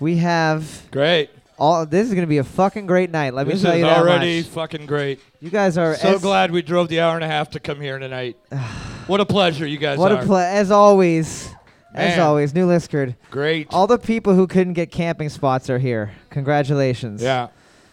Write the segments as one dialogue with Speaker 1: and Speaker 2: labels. Speaker 1: We have
Speaker 2: Great.
Speaker 1: all. This is gonna be a fucking great night. Let me
Speaker 2: This is
Speaker 1: tell you that
Speaker 2: already
Speaker 1: much.
Speaker 2: fucking great.
Speaker 1: You guys are
Speaker 2: So
Speaker 1: as,
Speaker 2: glad we drove the hour and a half to come here tonight. what a pleasure you guys
Speaker 1: What
Speaker 2: are.
Speaker 1: a play! As always, as
Speaker 2: Man.
Speaker 1: always, New Liskard.
Speaker 2: great.
Speaker 1: All the people who couldn't get camping spots are here. Congratulations.
Speaker 2: yeah.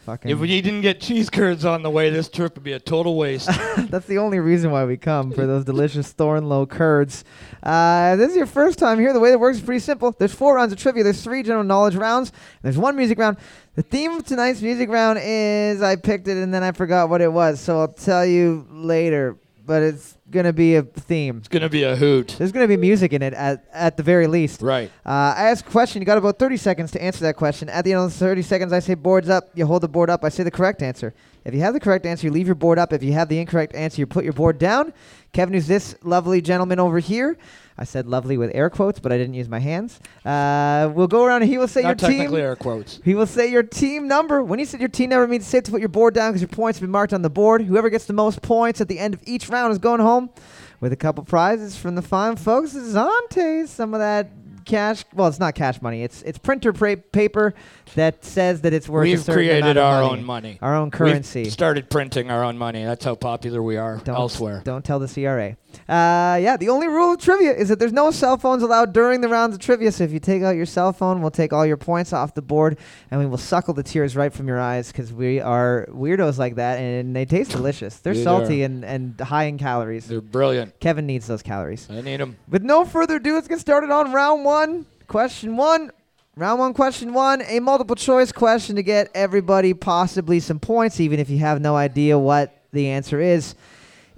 Speaker 1: Fucking.
Speaker 2: If we didn't get cheese curds on the way, this trip would be a total waste.
Speaker 1: That's the only reason why we come for those delicious Thornlow curds. Uh, this is your first time here. The way that works is pretty simple. There's four rounds of trivia. There's three general knowledge rounds. And there's one music round. The theme of tonight's music round is I picked it and then I forgot what it was. So I'll tell you later. But it's gonna be a theme.
Speaker 2: it's gonna be a hoot.
Speaker 1: There's gonna be music in it at at the very least.
Speaker 2: Right.
Speaker 1: Uh, I ask a question. You got about 30 seconds to answer that question. At the end of the 30 seconds, I say boards up. You hold the board up. I say the correct answer. If you have the correct answer, you leave your board up. If you have the incorrect answer, you put your board down. Kevin, who's this lovely gentleman over here? I said lovely with air quotes, but I didn't use my hands. Uh, we'll go around and he will say
Speaker 2: Not
Speaker 1: your team.
Speaker 2: technically air quotes.
Speaker 1: He will say your team number. When he said your team number, it means safe to put your board down because your points have been marked on the board. Whoever gets the most points at the end of each round is going home with a couple prizes from the fine folks at Zante's. Some of that cash. Well, it's not cash money. It's it's printer pra- paper that says that it's worth. a
Speaker 2: We've
Speaker 1: certain amount
Speaker 2: created
Speaker 1: of
Speaker 2: our
Speaker 1: money.
Speaker 2: own money.
Speaker 1: Our own currency.
Speaker 2: We've started printing our own money. That's how popular we are
Speaker 1: Don't,
Speaker 2: elsewhere.
Speaker 1: Don't tell the CRA. Uh, yeah, the only rule of trivia is that there's no cell phones allowed during the rounds of trivia. So if you take out your cell phone, we'll take all your points off the board, and we will suckle the tears right from your eyes because we are weirdos like that, and they taste delicious. They're
Speaker 2: They
Speaker 1: salty and, and high in calories.
Speaker 2: They're brilliant.
Speaker 1: Kevin needs those calories.
Speaker 2: I need them.
Speaker 1: With no further ado, let's get started on round one. Question one. Round one, question one, a multiple choice question to get everybody possibly some points, even if you have no idea what the answer is.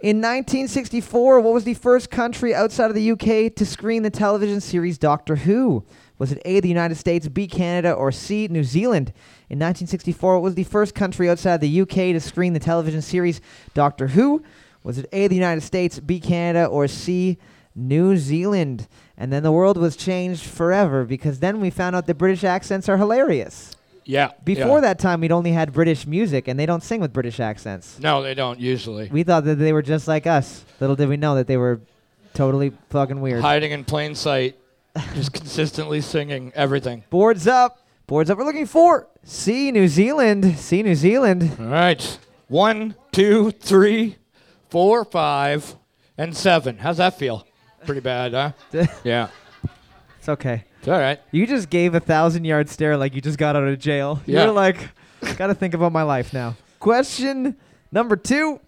Speaker 1: In 1964, what was the first country outside of the UK to screen the television series Doctor Who? Was it A, the United States, B, Canada, or C, New Zealand? In 1964, what was the first country outside the UK to screen the television series Doctor Who? Was it A, the United States, B, Canada, or C, New Zealand? And then the world was changed forever because then we found out that British accents are hilarious.
Speaker 2: Yeah.
Speaker 1: Before
Speaker 2: yeah.
Speaker 1: that time, we'd only had British music and they don't sing with British accents.
Speaker 2: No, they don't usually.
Speaker 1: We thought that they were just like us. Little did we know that they were totally fucking weird.
Speaker 2: Hiding in plain sight. Just consistently singing everything.
Speaker 1: Boards up. Boards up. We're looking for C, New Zealand. C, New Zealand.
Speaker 2: All right. One, two, three, four, five, and seven. How's that feel? Pretty bad, huh? yeah.
Speaker 1: It's okay.
Speaker 2: It's all right.
Speaker 1: You just gave a thousand yard stare like you just got out of jail.
Speaker 2: Yeah.
Speaker 1: You're like, gotta think about my life now. Question number two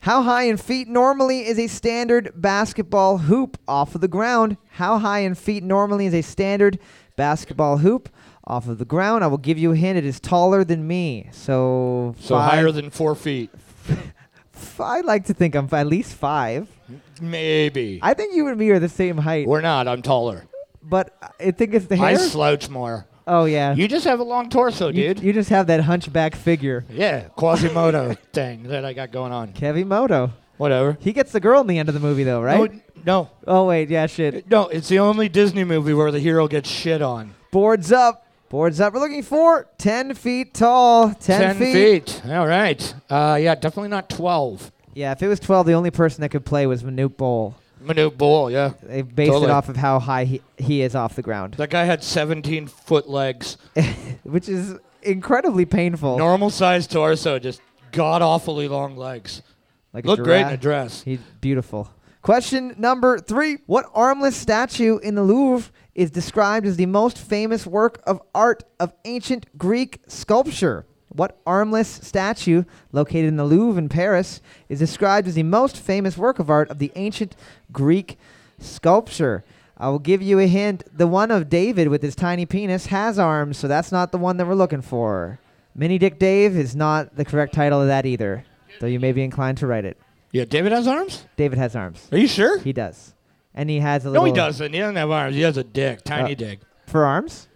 Speaker 1: How high in feet normally is a standard basketball hoop off of the ground? How high in feet normally is a standard basketball hoop off of the ground? I will give you a hint. It is taller than me. So,
Speaker 2: So
Speaker 1: five-
Speaker 2: higher than four feet.
Speaker 1: f- I like to think I'm f- at least five.
Speaker 2: Maybe.
Speaker 1: I think you and me are the same height,
Speaker 2: We're not. I'm taller.
Speaker 1: but I think it's the
Speaker 2: I
Speaker 1: hair.
Speaker 2: slouch more.
Speaker 1: oh, yeah.
Speaker 2: You just have a long torso,
Speaker 1: You-
Speaker 2: dude.
Speaker 1: you just have that hunchback figure.
Speaker 2: yeah. Quasimodo thing that I got going on.
Speaker 1: Kevimoto.
Speaker 2: Whatever.
Speaker 1: He gets the girl in the end of the movie, though, right?
Speaker 2: No,
Speaker 1: Oh, wait. Yeah,
Speaker 2: no.
Speaker 1: shit.
Speaker 2: No, it's the only Disney movie where the hero gets shit on.
Speaker 1: Boards up. Boards up. We're looking for 10 feet tall. 10, feet.
Speaker 2: All right. Uh, yeah, definitely not 12.
Speaker 1: Yeah, if it was 12, the only person that could play was Manute Bol.
Speaker 2: Manute Bol, yeah.
Speaker 1: They based
Speaker 2: Totally.
Speaker 1: it off of how high he, he is off the ground,
Speaker 2: That guy had 17 foot legs.
Speaker 1: which is incredibly painful.
Speaker 2: Normal sized torso, just god awfully long legs.
Speaker 1: like a
Speaker 2: Looked great in a
Speaker 1: giraffe.
Speaker 2: dress.
Speaker 1: He's beautiful. Question number three What armless statue in the Louvre is described as the most famous work of art of ancient Greek sculpture? What armless statue located in the Louvre in Paris is described as the most famous work of art of the ancient Greek sculpture? I will give you a hint. The one of David with his tiny penis has arms, so that's not the one that we're looking for. Mini Dick Dave is not the correct title of that either, though you may be inclined to write it.
Speaker 2: Yeah, David has arms?
Speaker 1: David has arms.
Speaker 2: Are you sure?
Speaker 1: He does. And he has a
Speaker 2: no,
Speaker 1: little
Speaker 2: he doesn't. He doesn't have arms. He has a dick, tiny
Speaker 1: Uh,
Speaker 2: dick.
Speaker 1: for arms?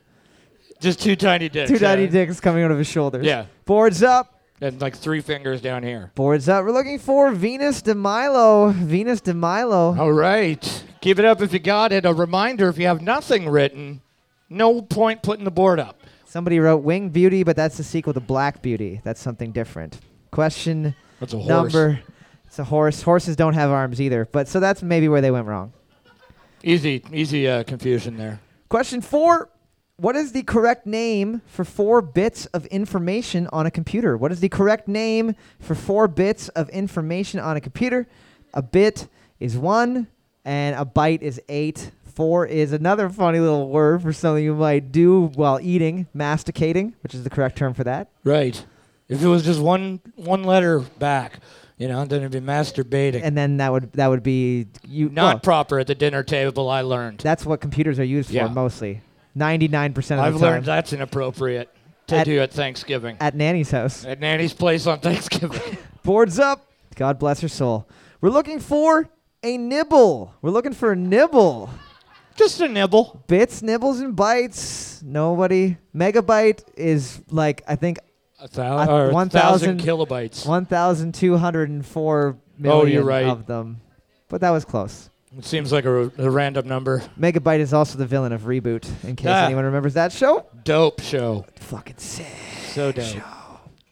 Speaker 2: Just two tiny dicks.
Speaker 1: Two tiny
Speaker 2: yeah.
Speaker 1: dicks coming out of his shoulders.
Speaker 2: Yeah.
Speaker 1: Boards up.
Speaker 2: And like three fingers down here.
Speaker 1: Boards up. We're looking for Venus de Milo. Venus de Milo.
Speaker 2: All right. Give it up if you got it. A reminder if you have nothing written, no point putting the board up.
Speaker 1: Somebody wrote Wing Beauty, but that's the sequel to Black Beauty. That's something different. Question
Speaker 2: That's a horse.
Speaker 1: number. It's a horse. Horses don't have arms either. But so that's maybe where they went wrong.
Speaker 2: Easy, easy uh, confusion there.
Speaker 1: Question four. What is the correct name for four bits of information on a computer? What is the correct name for four bits of information on a computer? A bit is one, and a byte is eight. Four is another funny little word for something you might do while eating, masticating, which is the correct term for that.
Speaker 2: Right. If it was just one one letter back, you know, then it'd be masturbating.
Speaker 1: And then that would that would be you.
Speaker 2: Not
Speaker 1: well,
Speaker 2: proper at the dinner table, I learned.
Speaker 1: that's what computers are used
Speaker 2: Yeah.
Speaker 1: for mostly. Ninety-nine percent of
Speaker 2: I've
Speaker 1: the time.
Speaker 2: learned that's inappropriate to
Speaker 1: At-
Speaker 2: do at Thanksgiving.
Speaker 1: At Nanny's house.
Speaker 2: At Nanny's place on Thanksgiving.
Speaker 1: Boards up. God bless her soul. We're looking for a nibble. We're looking for a nibble.
Speaker 2: just a nibble.
Speaker 1: Bits, nibbles, and bites. Nobody. Megabyte is like, I think,
Speaker 2: A thousand,
Speaker 1: Uh,
Speaker 2: or
Speaker 1: one thousand-
Speaker 2: 1,000 kilobytes.
Speaker 1: 1,204 million
Speaker 2: Oh, you're right.
Speaker 1: of them. But that was close.
Speaker 2: It seems like a, a random number.
Speaker 1: Megabyte is also the villain of Reboot, in case
Speaker 2: Ah.
Speaker 1: anyone remembers that show.
Speaker 2: Dope show.
Speaker 1: Fucking sick.
Speaker 2: So dope.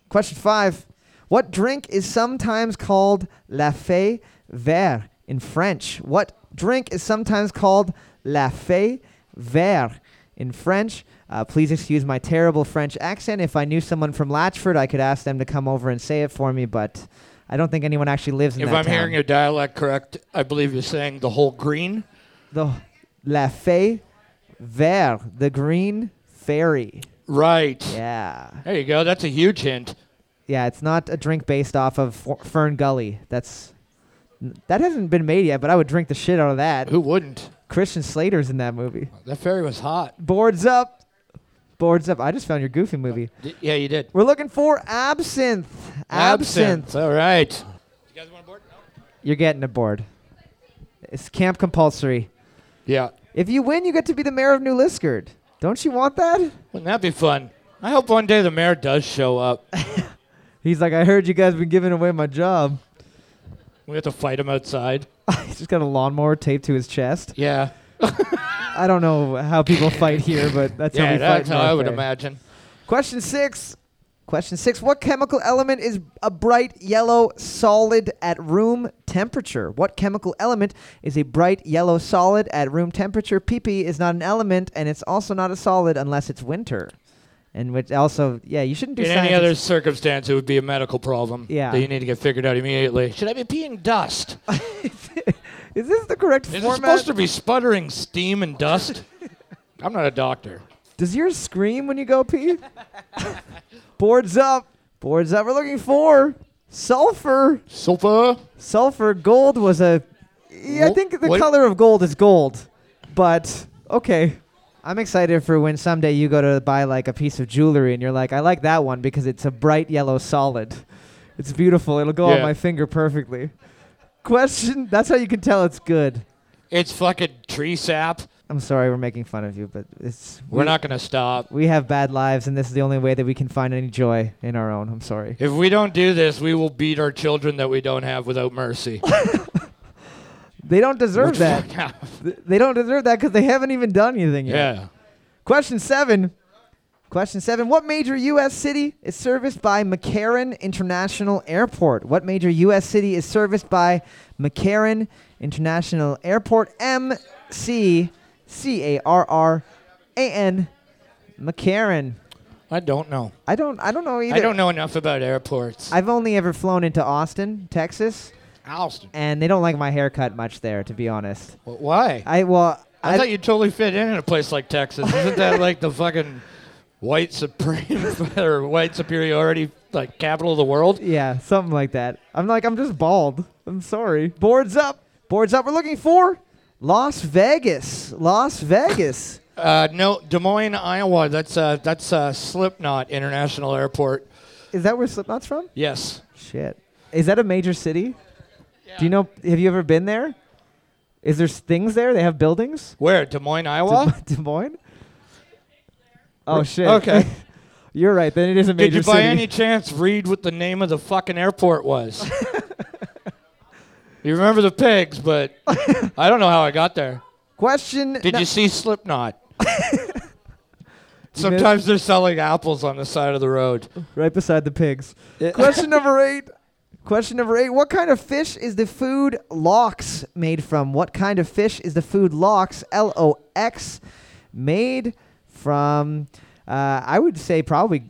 Speaker 1: Question five. What drink is sometimes called la fée vert in French? What drink is sometimes called la fée vert in French? Uh, please excuse my terrible French accent. If I knew someone from Latchford, I could ask them to come over and say it for me, but I don't think anyone actually lives in
Speaker 2: If
Speaker 1: that
Speaker 2: I'm
Speaker 1: town.
Speaker 2: hearing your dialect correct, I believe you're saying the whole green.
Speaker 1: the la fée vert, the green fairy.
Speaker 2: Right.
Speaker 1: Yeah.
Speaker 2: There you go. That's a huge hint.
Speaker 1: Yeah, it's not a drink based off of Fer- Fern Gully. That's that hasn't been made yet, but I would drink the shit out of that.
Speaker 2: Who wouldn't?
Speaker 1: Christian Slater's in that movie.
Speaker 2: That fairy was hot.
Speaker 1: Boards up, boards up. I just found your Goofy movie.
Speaker 2: D- yeah, you did.
Speaker 1: We're looking for absinthe. Absinthe.
Speaker 2: All right. You guys want a board?
Speaker 1: You're getting a board. It's camp compulsory.
Speaker 2: Yeah.
Speaker 1: If you win, you get to be the mayor of New Liskard. Don't you want that?
Speaker 2: Wouldn't that be fun? I hope one day the mayor does show up.
Speaker 1: He's like, I heard you guys been giving away my job.
Speaker 2: We have to fight him outside.
Speaker 1: He's just got a lawnmower taped to his chest.
Speaker 2: Yeah.
Speaker 1: I don't know how people fight here, but that's how
Speaker 2: yeah,
Speaker 1: we
Speaker 2: that's
Speaker 1: fight. in
Speaker 2: how I would
Speaker 1: Norway.
Speaker 2: imagine.
Speaker 1: Question six. Question six. What chemical element is a bright yellow solid at room temperature? What chemical element is a bright yellow solid at room temperature? PP is not an element, and it's also not a solid unless it's winter. And which also, yeah, you shouldn't do
Speaker 2: In
Speaker 1: science.
Speaker 2: any other circumstance, it would be a medical problem
Speaker 1: Yeah.
Speaker 2: that you need to get figured out immediately. Should I be peeing dust?
Speaker 1: is this the correct
Speaker 2: Is it
Speaker 1: format?
Speaker 2: supposed to be sputtering steam and dust? I'm not a doctor.
Speaker 1: Does yours scream when you go pee? Boards up. Boards up. We're looking for sulfur.
Speaker 2: Sulfur?
Speaker 1: Sulfur gold was a. Yeah, I
Speaker 2: Wh-
Speaker 1: think the
Speaker 2: what-
Speaker 1: color of gold is gold, but okay. I'm excited for when someday you go to buy like a piece of jewelry and you're like, I like that one because it's a bright yellow solid. It's beautiful. It'll go on
Speaker 2: Yeah.
Speaker 1: my finger perfectly. Question. That's how you can tell it's good.
Speaker 2: It's fucking tree sap.
Speaker 1: I'm sorry we're making fun of you, but it's
Speaker 2: We're not going to stop.
Speaker 1: we have bad lives and this is the only way that we can find any joy in our own. I'm sorry.
Speaker 2: If we don't do this, we will beat our children that we don't have without mercy.
Speaker 1: They don't deserve
Speaker 2: Which-
Speaker 1: that. Th- They don't deserve that because they haven't even done anything yet.
Speaker 2: yeah.
Speaker 1: Question seven. Question seven. What major U.S. city is serviced by McCarran International Airport? What major U.S. city is serviced by McCarran International Airport? M C C A R R A N McCarran.
Speaker 2: I don't know.
Speaker 1: I don't. I don't know either.
Speaker 2: I don't know enough about airports.
Speaker 1: I've only ever flown into Austin, Texas,
Speaker 2: Alston.
Speaker 1: and they don't like my haircut much there, to be honest.
Speaker 2: Wh- Why?
Speaker 1: I well,
Speaker 2: I, thought you totally fit in in a place like Texas. Isn't that like the fucking white supreme or white superiority like capital of the world?
Speaker 1: Yeah, something like that. I'm like, I'm just bald. I'm sorry. Boards up. Boards up. We're looking for Las Vegas. Las Vegas.
Speaker 2: Uh, no, Des Moines, Iowa. That's uh, that's uh, Slipknot International Airport.
Speaker 1: Is that where Slipknot's from?
Speaker 2: Yes.
Speaker 1: Shit. Is that a major city? Do you know? Have you ever been there? Is there s- things there? They have buildings.
Speaker 2: Where? Des Moines,
Speaker 1: Des-
Speaker 2: Iowa.
Speaker 1: Des Moines. Oh shit.
Speaker 2: Okay.
Speaker 1: You're right. Then it is a major
Speaker 2: Did you by
Speaker 1: city.
Speaker 2: any chance read what the name of the fucking airport was? you remember the pigs, but I don't know how I got there.
Speaker 1: Question.
Speaker 2: Did
Speaker 1: nu-
Speaker 2: you see Slipknot? Sometimes they're selling apples on the side of the road.
Speaker 1: right beside the pigs. Question number eight. Question number eight. What kind of fish is the food lox made from? What kind of fish is the food lox, L O X, made from? Uh, I would say probably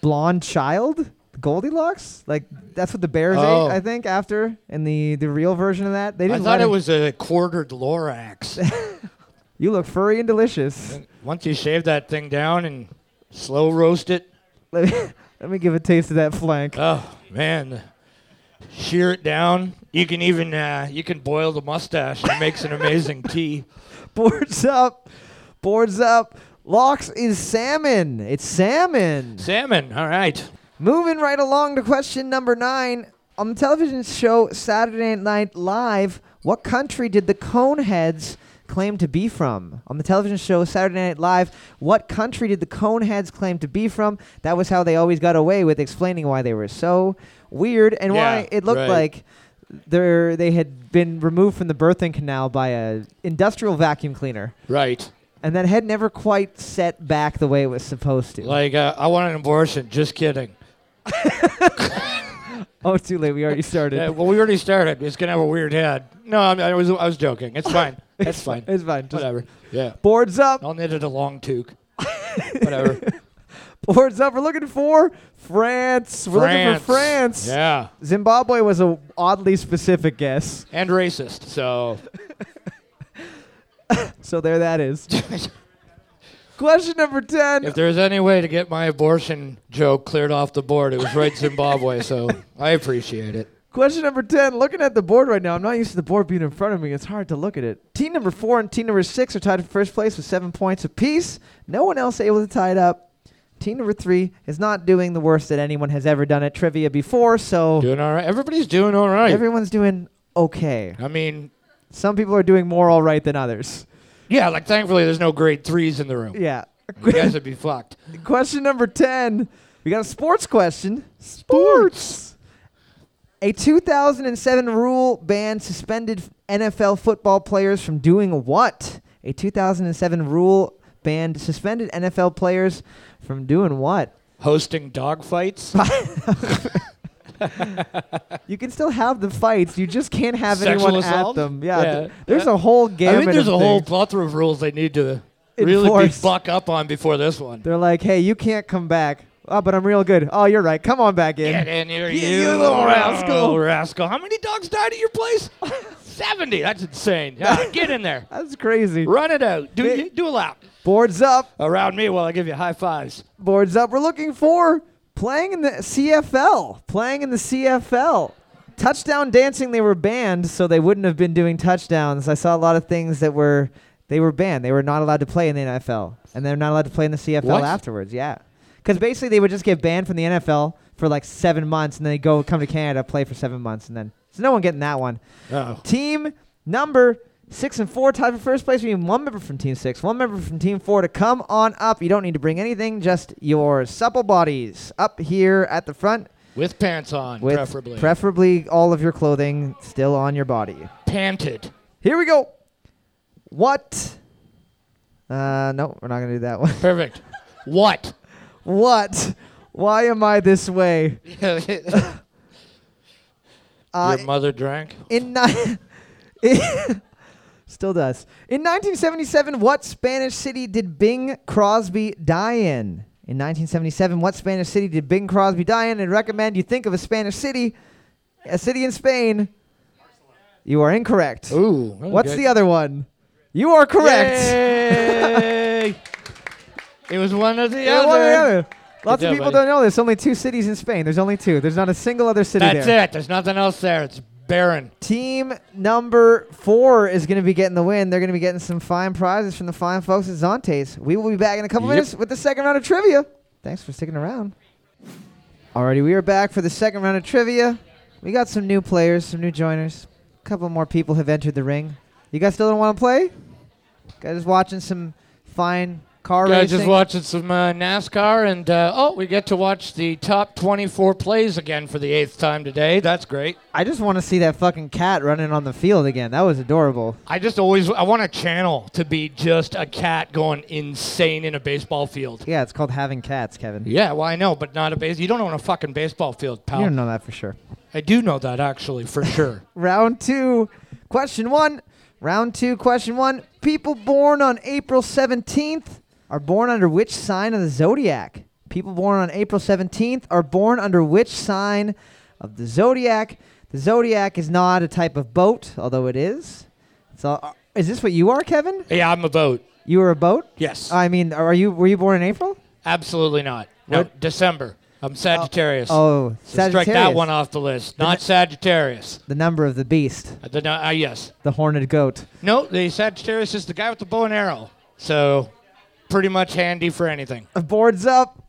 Speaker 1: blonde child, Goldilocks. Like that's what the bears
Speaker 2: Oh.
Speaker 1: ate, I think. After in the the real version of that, they
Speaker 2: I
Speaker 1: didn't.
Speaker 2: thought
Speaker 1: let
Speaker 2: it
Speaker 1: him-
Speaker 2: was a quartered Lorax.
Speaker 1: You look furry and delicious.
Speaker 2: Once you shave that thing down and slow roast it,
Speaker 1: Let me, let me give a taste of that flank.
Speaker 2: oh man, shear it down. You can even uh, you can boil the mustache. It makes an amazing tea.
Speaker 1: Boards up. Boards up. Locks is salmon. It's salmon.
Speaker 2: Salmon. All right.
Speaker 1: Moving right along to question number nine. On the television show Saturday Night Live, what country did the Coneheads claim to be from? On the television show Saturday Night Live, what country did the Coneheads claim to be from? That was how they always got away with explaining why they were so weird and why
Speaker 2: Yeah,
Speaker 1: it looked
Speaker 2: right.
Speaker 1: like they're, they had been removed from the birthing canal by a industrial vacuum cleaner
Speaker 2: Right.
Speaker 1: and that had never quite set back the way it was supposed to.
Speaker 2: Like uh, I want an abortion. Just kidding.
Speaker 1: oh, too late. We already started.
Speaker 2: Yeah, Uh, well, we already started. It's gonna have a weird head. No, I, I was I was joking. It's fine. That's fine.
Speaker 1: It's fine. Just
Speaker 2: Whatever. Yeah.
Speaker 1: boards up.
Speaker 2: I'll knit it a long toque. Whatever.
Speaker 1: Boards up. We're looking for France. We're looking for France.
Speaker 2: Yeah.
Speaker 1: Zimbabwe was a oddly specific guess.
Speaker 2: And racist. So.
Speaker 1: So there that is. Question number 10.
Speaker 2: If there was any way to get my abortion joke cleared off the board, it was right Zimbabwe, so I appreciate it.
Speaker 1: Question number 10. Looking at the board right now, I'm not used to the board being in front of me. It's hard to look at it. Team number four and team number six are tied for first place with seven points apiece. No one else able to tie it up. Team number three is not doing the worst that anyone has ever done at trivia before, so
Speaker 2: Doing all right. Everybody's doing all right.
Speaker 1: everyone's doing okay.
Speaker 2: I mean,
Speaker 1: Some people are doing more all right than others.
Speaker 2: yeah, like thankfully there's no grade threes in the room.
Speaker 1: Yeah.
Speaker 2: You guys would be fucked.
Speaker 1: Question number 10. We got a sports question. Sports. A 2007 rule ban suspended NFL football players from doing what? A 2007 rule banned suspended NFL players from doing what?
Speaker 2: Hosting dog fights,
Speaker 1: You can still have the fights. You just can't have
Speaker 2: Sexual
Speaker 1: anyone
Speaker 2: assault?
Speaker 1: at them. Yeah.
Speaker 2: Yeah.
Speaker 1: th- there's a whole
Speaker 2: I
Speaker 1: gamut.
Speaker 2: think there's
Speaker 1: of
Speaker 2: a whole
Speaker 1: things.
Speaker 2: plethora of rules they need to really be
Speaker 1: Enforce.
Speaker 2: buck up on before this one.
Speaker 1: They're like, hey, you can't come back. Oh, but I'm real good. Oh, you're right. Come on back in.
Speaker 2: Get in here,
Speaker 1: You-
Speaker 2: you,
Speaker 1: you little
Speaker 2: little
Speaker 1: rascal.
Speaker 2: rascal. rascal. How many dogs died at your place? 70. That's insane. Yeah, get in there.
Speaker 1: That's crazy.
Speaker 2: Run it out. Do,
Speaker 1: Big-
Speaker 2: do a lap
Speaker 1: Boards up.
Speaker 2: around me while I give you high fives.
Speaker 1: boards up. We're looking for playing in the CFL. Playing in the CFL. Touchdown dancing, they were banned, so they wouldn't have been doing touchdowns. I saw a lot of things that were they were banned. They were not allowed to play in the NFL, and they're not allowed to play in the CFL
Speaker 2: What?
Speaker 1: afterwards. Yeah, because basically they would just get banned from the NFL for like seven months, and then they go come to Canada, play for seven months, and then so no one getting that one.
Speaker 2: Oh.
Speaker 1: Team number six and four tied for first place. We need one member from team six, one member from team four to come on up. You don't need to bring anything, just your supple bodies up here at the front
Speaker 2: With pants on,
Speaker 1: with
Speaker 2: preferably.
Speaker 1: preferably all of your clothing still on your body.
Speaker 2: Panted.
Speaker 1: Here we go. What? Uh, no, we're not gonna do that one.
Speaker 2: Perfect. What?
Speaker 1: what? Why am I this way?
Speaker 2: Your
Speaker 1: Uh,
Speaker 2: mother drank?
Speaker 1: In ni- still does. In 1977, what Spanish city did Bing Crosby die in? In 1977, what Spanish city did Bing Crosby die in? And recommend you think of a Spanish city, a city in Spain. You are incorrect.
Speaker 2: Ooh.
Speaker 1: What's the other one? You are correct.
Speaker 2: it was one or the
Speaker 1: Yeah,
Speaker 2: other.
Speaker 1: one or the other. Lots
Speaker 2: job,
Speaker 1: of people
Speaker 2: buddy.
Speaker 1: don't know. There's only two cities in Spain. There's only two. There's not a single other city
Speaker 2: That's
Speaker 1: there.
Speaker 2: it. There's nothing else there. It's barren.
Speaker 1: Team number four is going to be getting the win. They're going to be getting some fine prizes from the fine folks at Zantes. We will be back in a couple
Speaker 2: Yep.
Speaker 1: minutes with the second round of trivia. Thanks for sticking around. Alrighty, we are back for the second round of trivia. We got some new players, some new joiners. A couple more people have entered the ring. You guys still don't want to play? Guys, just watching some fine car
Speaker 2: Guy
Speaker 1: racing.
Speaker 2: just watching some uh, NASCAR, and uh, oh, we get to watch the top 24 plays again for the eighth time today. That's great.
Speaker 1: I just want to see that fucking cat running on the field again. That was adorable.
Speaker 2: I just always I want a channel to be just a cat going insane in a baseball field.
Speaker 1: Yeah, it's called having cats, Kevin.
Speaker 2: Yeah, well I know, but not a base. You don't own a fucking baseball field, pal.
Speaker 1: You don't know that for sure.
Speaker 2: I do know that actually for sure.
Speaker 1: Round two, question one. Round two, question one. People born on April 17th are born under which sign of the zodiac? People born on April 17th are born under which sign of the zodiac? The zodiac is not a type of boat, although it is. So, uh, is this what you are, Kevin?
Speaker 2: yeah, I'm a vote.
Speaker 1: You were a boat?
Speaker 2: Yes,
Speaker 1: I mean, are you? Were you born in April?
Speaker 2: absolutely not. No,
Speaker 1: What?
Speaker 2: December. I'm Sagittarius.
Speaker 1: Oh,
Speaker 2: So
Speaker 1: Sagittarius.
Speaker 2: Strike that one off the list. Not Sagittarius.
Speaker 1: The number of the beast,
Speaker 2: Uh, the- uh, yes.
Speaker 1: the horned goat.
Speaker 2: No, the Sagittarius is the guy with the bow and arrow. So, pretty much handy for anything.
Speaker 1: Boards up.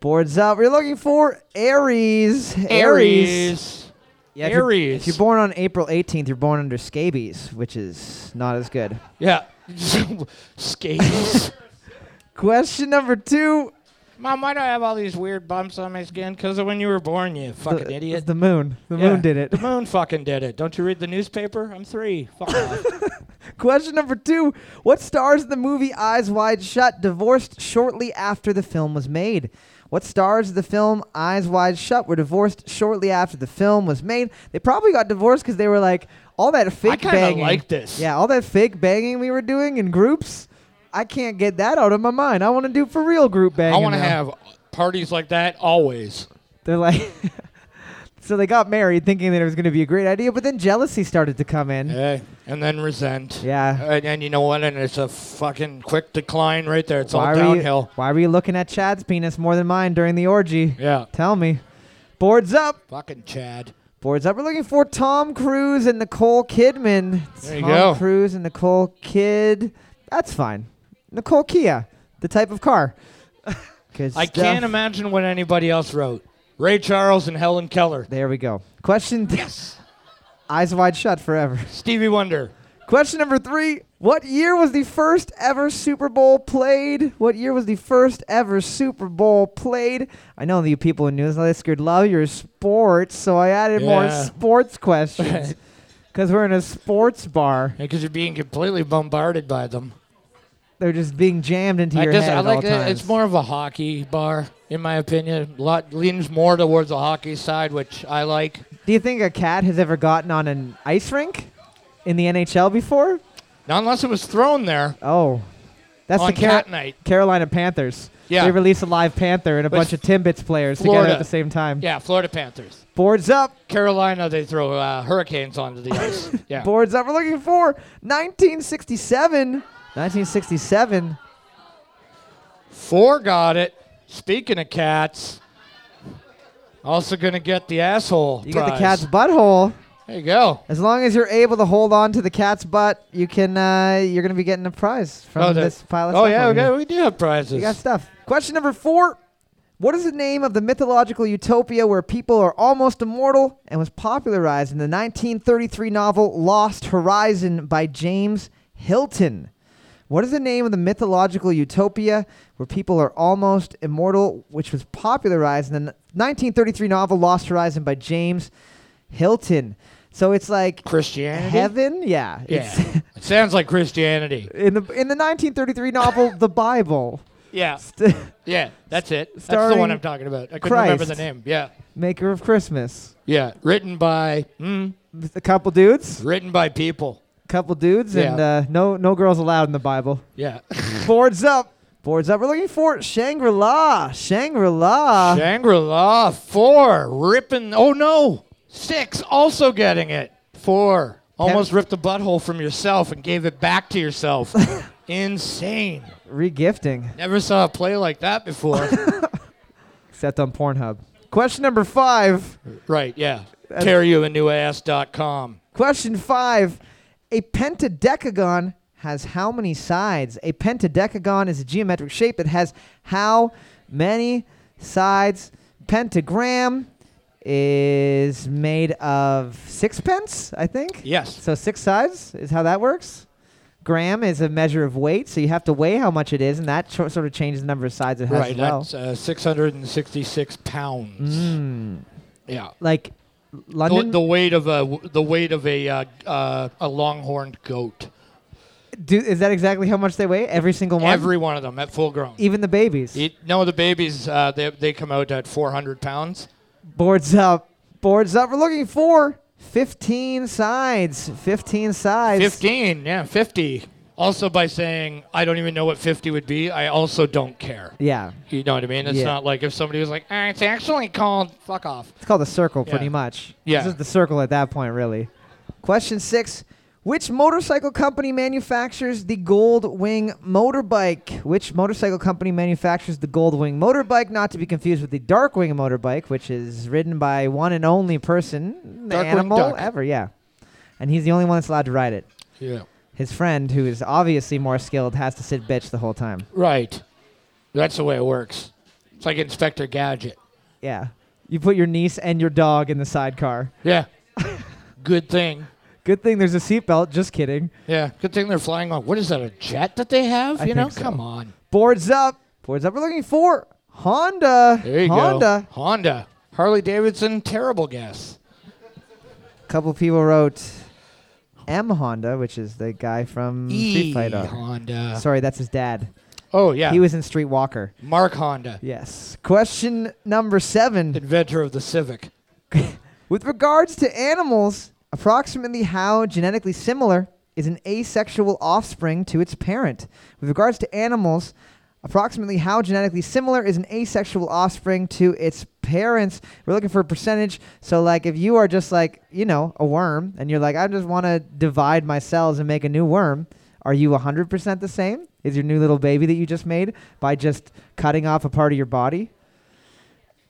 Speaker 1: Boards up. We're looking for Aries.
Speaker 2: Aries.
Speaker 1: Yeah, if you're-
Speaker 2: Aries.
Speaker 1: If you're born on April 18th, you're born under scabies, which is not as good.
Speaker 2: Yeah. Skates.
Speaker 1: Question number two.
Speaker 2: Mom, why do I have all these weird bumps on my skin? Because of when you were born, you fucking
Speaker 1: the,
Speaker 2: idiot.
Speaker 1: The moon. The
Speaker 2: Yeah.
Speaker 1: moon did it.
Speaker 2: The moon fucking did it. Don't you read the newspaper? I'm three. Fuck off.
Speaker 1: Question number two. What stars in the movie Eyes Wide Shut divorced shortly after the film was made? What stars of the film Eyes Wide Shut were divorced shortly after the film was made? They probably got divorced because they were like, all that fake
Speaker 2: kinda
Speaker 1: banging.
Speaker 2: like this.
Speaker 1: Yeah, all that fake banging we were doing in groups. I can't get that out of my mind. I want to do for real group banging.
Speaker 2: I want to
Speaker 1: now.
Speaker 2: have parties like that always.
Speaker 1: They're like, so they got married thinking that it was going to be a great idea, but then jealousy started to come in.
Speaker 2: Yeah. Eh? And then resent.
Speaker 1: Mm-hmm. Yeah.
Speaker 2: And, and you know what? And it's a fucking quick decline right there. It's
Speaker 1: why
Speaker 2: all
Speaker 1: were
Speaker 2: downhill.
Speaker 1: You, why were you looking at Chad's penis more than mine during the orgy?
Speaker 2: Yeah.
Speaker 1: Tell me. Boards up.
Speaker 2: Fucking Chad.
Speaker 1: Boards up. We're looking for Tom Cruise and Nicole Kidman.
Speaker 2: There you
Speaker 1: Tom
Speaker 2: go.
Speaker 1: Cruise and Nicole Kid. That's fine. Nicole Kia, the type of car. Good
Speaker 2: I
Speaker 1: stuff.
Speaker 2: can't imagine what anybody else wrote. Ray Charles and Helen Keller.
Speaker 1: There we go. Question.
Speaker 2: Yes.
Speaker 1: Eyes wide shut forever.
Speaker 2: Stevie Wonder.
Speaker 1: Question number three. What year was the first ever Super Bowl played? What year was the first ever Super Bowl played? I know you people in New Zealand could love your sports, so I added more
Speaker 2: Yeah.
Speaker 1: sports questions. Because we're in a sports bar.
Speaker 2: Because you're being completely bombarded by them.
Speaker 1: They're just being jammed into
Speaker 2: I
Speaker 1: your
Speaker 2: just
Speaker 1: head
Speaker 2: I
Speaker 1: at all
Speaker 2: like that.
Speaker 1: times.
Speaker 2: It's more of a hockey bar, in my opinion. Lot leans more towards the hockey side, which I like.
Speaker 1: Do you think a cat has ever gotten on an ice rink in the NHL before?
Speaker 2: Not unless it was thrown there
Speaker 1: Oh. That's
Speaker 2: on
Speaker 1: the Car-
Speaker 2: cat night.
Speaker 1: Carolina Panthers.
Speaker 2: Yeah.
Speaker 1: They released a live panther and a
Speaker 2: With
Speaker 1: bunch of Timbits players together
Speaker 2: Florida.
Speaker 1: at the same time.
Speaker 2: Yeah, Florida Panthers.
Speaker 1: Boards up.
Speaker 2: Carolina, they throw uh, hurricanes onto the ice. Yeah.
Speaker 1: boards that we're looking for. 1967. 1967.
Speaker 2: Four got it. Speaking of cats, also gonna get the asshole.
Speaker 1: You
Speaker 2: prize.
Speaker 1: get the cat's butthole.
Speaker 2: There you go.
Speaker 1: As long as you're able to hold on to the cat's butt, you can. Uh, you're gonna be getting a prize from
Speaker 2: Oh, that-
Speaker 1: this pile of
Speaker 2: Oh
Speaker 1: stuff.
Speaker 2: yeah,
Speaker 1: over
Speaker 2: okay,
Speaker 1: here.
Speaker 2: we do have prizes.
Speaker 1: You got stuff. Question number four. What is the name of the mythological utopia where people are almost immortal and was popularized in the 1933 novel Lost Horizon by James Hilton? What is the name of the mythological utopia where people are almost immortal, which was popularized in the n- 1933 novel Lost Horizon by James Hilton? So it's like
Speaker 2: Christianity.
Speaker 1: heaven, yeah. It's
Speaker 2: Yeah. it sounds like Christianity.
Speaker 1: in the in the 1933 novel The Bible.
Speaker 2: Yeah. Yeah. That's it. That's the
Speaker 1: Starring
Speaker 2: one I'm talking about. I couldn't remember the
Speaker 1: Christ.
Speaker 2: name. Yeah.
Speaker 1: Maker of Christmas.
Speaker 2: Yeah. Written by. Mm,
Speaker 1: a couple dudes,
Speaker 2: written by people.
Speaker 1: couple dudes, and
Speaker 2: Yeah.
Speaker 1: uh, no no girls allowed in the Bible.
Speaker 2: Yeah.
Speaker 1: Boards up, boards up. We're looking for Shangri La, Shangri La.
Speaker 2: Shangri La four ripping. Oh no, six also getting it. Four almost ripped the butthole from yourself and gave it back to yourself. Insane.
Speaker 1: Regifting,
Speaker 2: Never saw a play like that before.
Speaker 1: except on Pornhub. Question number five.
Speaker 2: right? Yeah. Tear you a new ass.com.
Speaker 1: Question five. A pentadecagon has how many sides? A pentadecagon is a geometric shape that has how many sides? Pentagram is made of sixpence, I think.
Speaker 2: Yes.
Speaker 1: So six sides is how that works. gram is a measure of weight, so you have to weigh how much it is, and that cho- sort of changes the number of sides it has
Speaker 2: Right,
Speaker 1: as well.
Speaker 2: that's uh, 666 pounds.
Speaker 1: Hmm.
Speaker 2: Yeah.
Speaker 1: Like
Speaker 2: The,
Speaker 1: London,
Speaker 2: the weight of a the weight of a uh, uh, a longhorned goat.
Speaker 1: do, is that exactly how much they weigh? Every single one,
Speaker 2: Every one of them at full grown.
Speaker 1: even the babies.
Speaker 2: It, no, the babies uh, they they come out at 400 pounds.
Speaker 1: Boards up, boards up. We're looking for 15 sides, 15 sides.
Speaker 2: 15, yeah, 50. Also, by saying I don't even know what 50 would be, I also don't care.
Speaker 1: Yeah,
Speaker 2: You know what I mean? It's
Speaker 1: Yeah.
Speaker 2: not like if somebody was like, "Ah, it's actually called fuck off.
Speaker 1: it's called a circle, pretty
Speaker 2: Yeah.
Speaker 1: much.
Speaker 2: Yeah.
Speaker 1: this is the circle at that point, really. Question six: Which motorcycle company manufactures the Gold Wing motorbike? Which motorcycle company manufactures the Gold Wing motorbike? Not to be confused with the Dark Wing motorbike, which is ridden by one and only person, the
Speaker 2: Darkwing
Speaker 1: animal
Speaker 2: Duck.
Speaker 1: ever. Yeah, and he's the only one that's allowed to ride it.
Speaker 2: Yeah.
Speaker 1: His friend, who is obviously more skilled, has to sit bitch the whole time.
Speaker 2: Right. That's the way it works. It's like Inspector Gadget.
Speaker 1: Yeah. You put your niece and your dog in the sidecar.
Speaker 2: Yeah. Good thing.
Speaker 1: Good thing there's a seatbelt. Just kidding.
Speaker 2: Yeah. Good thing they're flying on. What is that? A jet that they have?
Speaker 1: I
Speaker 2: you know?
Speaker 1: think so.
Speaker 2: Come on.
Speaker 1: Boards up. Boards up. We're looking for Honda.
Speaker 2: There you
Speaker 1: Honda.
Speaker 2: go. Honda. Harley Davidson. Terrible guess.
Speaker 1: couple people wrote M Honda, which is the guy from Mm, Street Fighter.
Speaker 2: E Honda.
Speaker 1: Sorry, that's his dad.
Speaker 2: Oh yeah.
Speaker 1: He was in Street Walker.
Speaker 2: Mark Honda,
Speaker 1: Yes. Question number seven.
Speaker 2: inventor of the Civic.
Speaker 1: With regards to animals, approximately how genetically similar is an asexual offspring to its parent? With regards to animals, approximately how genetically similar is an asexual offspring to its parents? We're looking for a percentage. So, like, if you are just like, you know, a worm, and you're like, I just want to divide my cells and make a new worm, are you 100% the same? Is your new little baby that you just made by just cutting off a part of your body?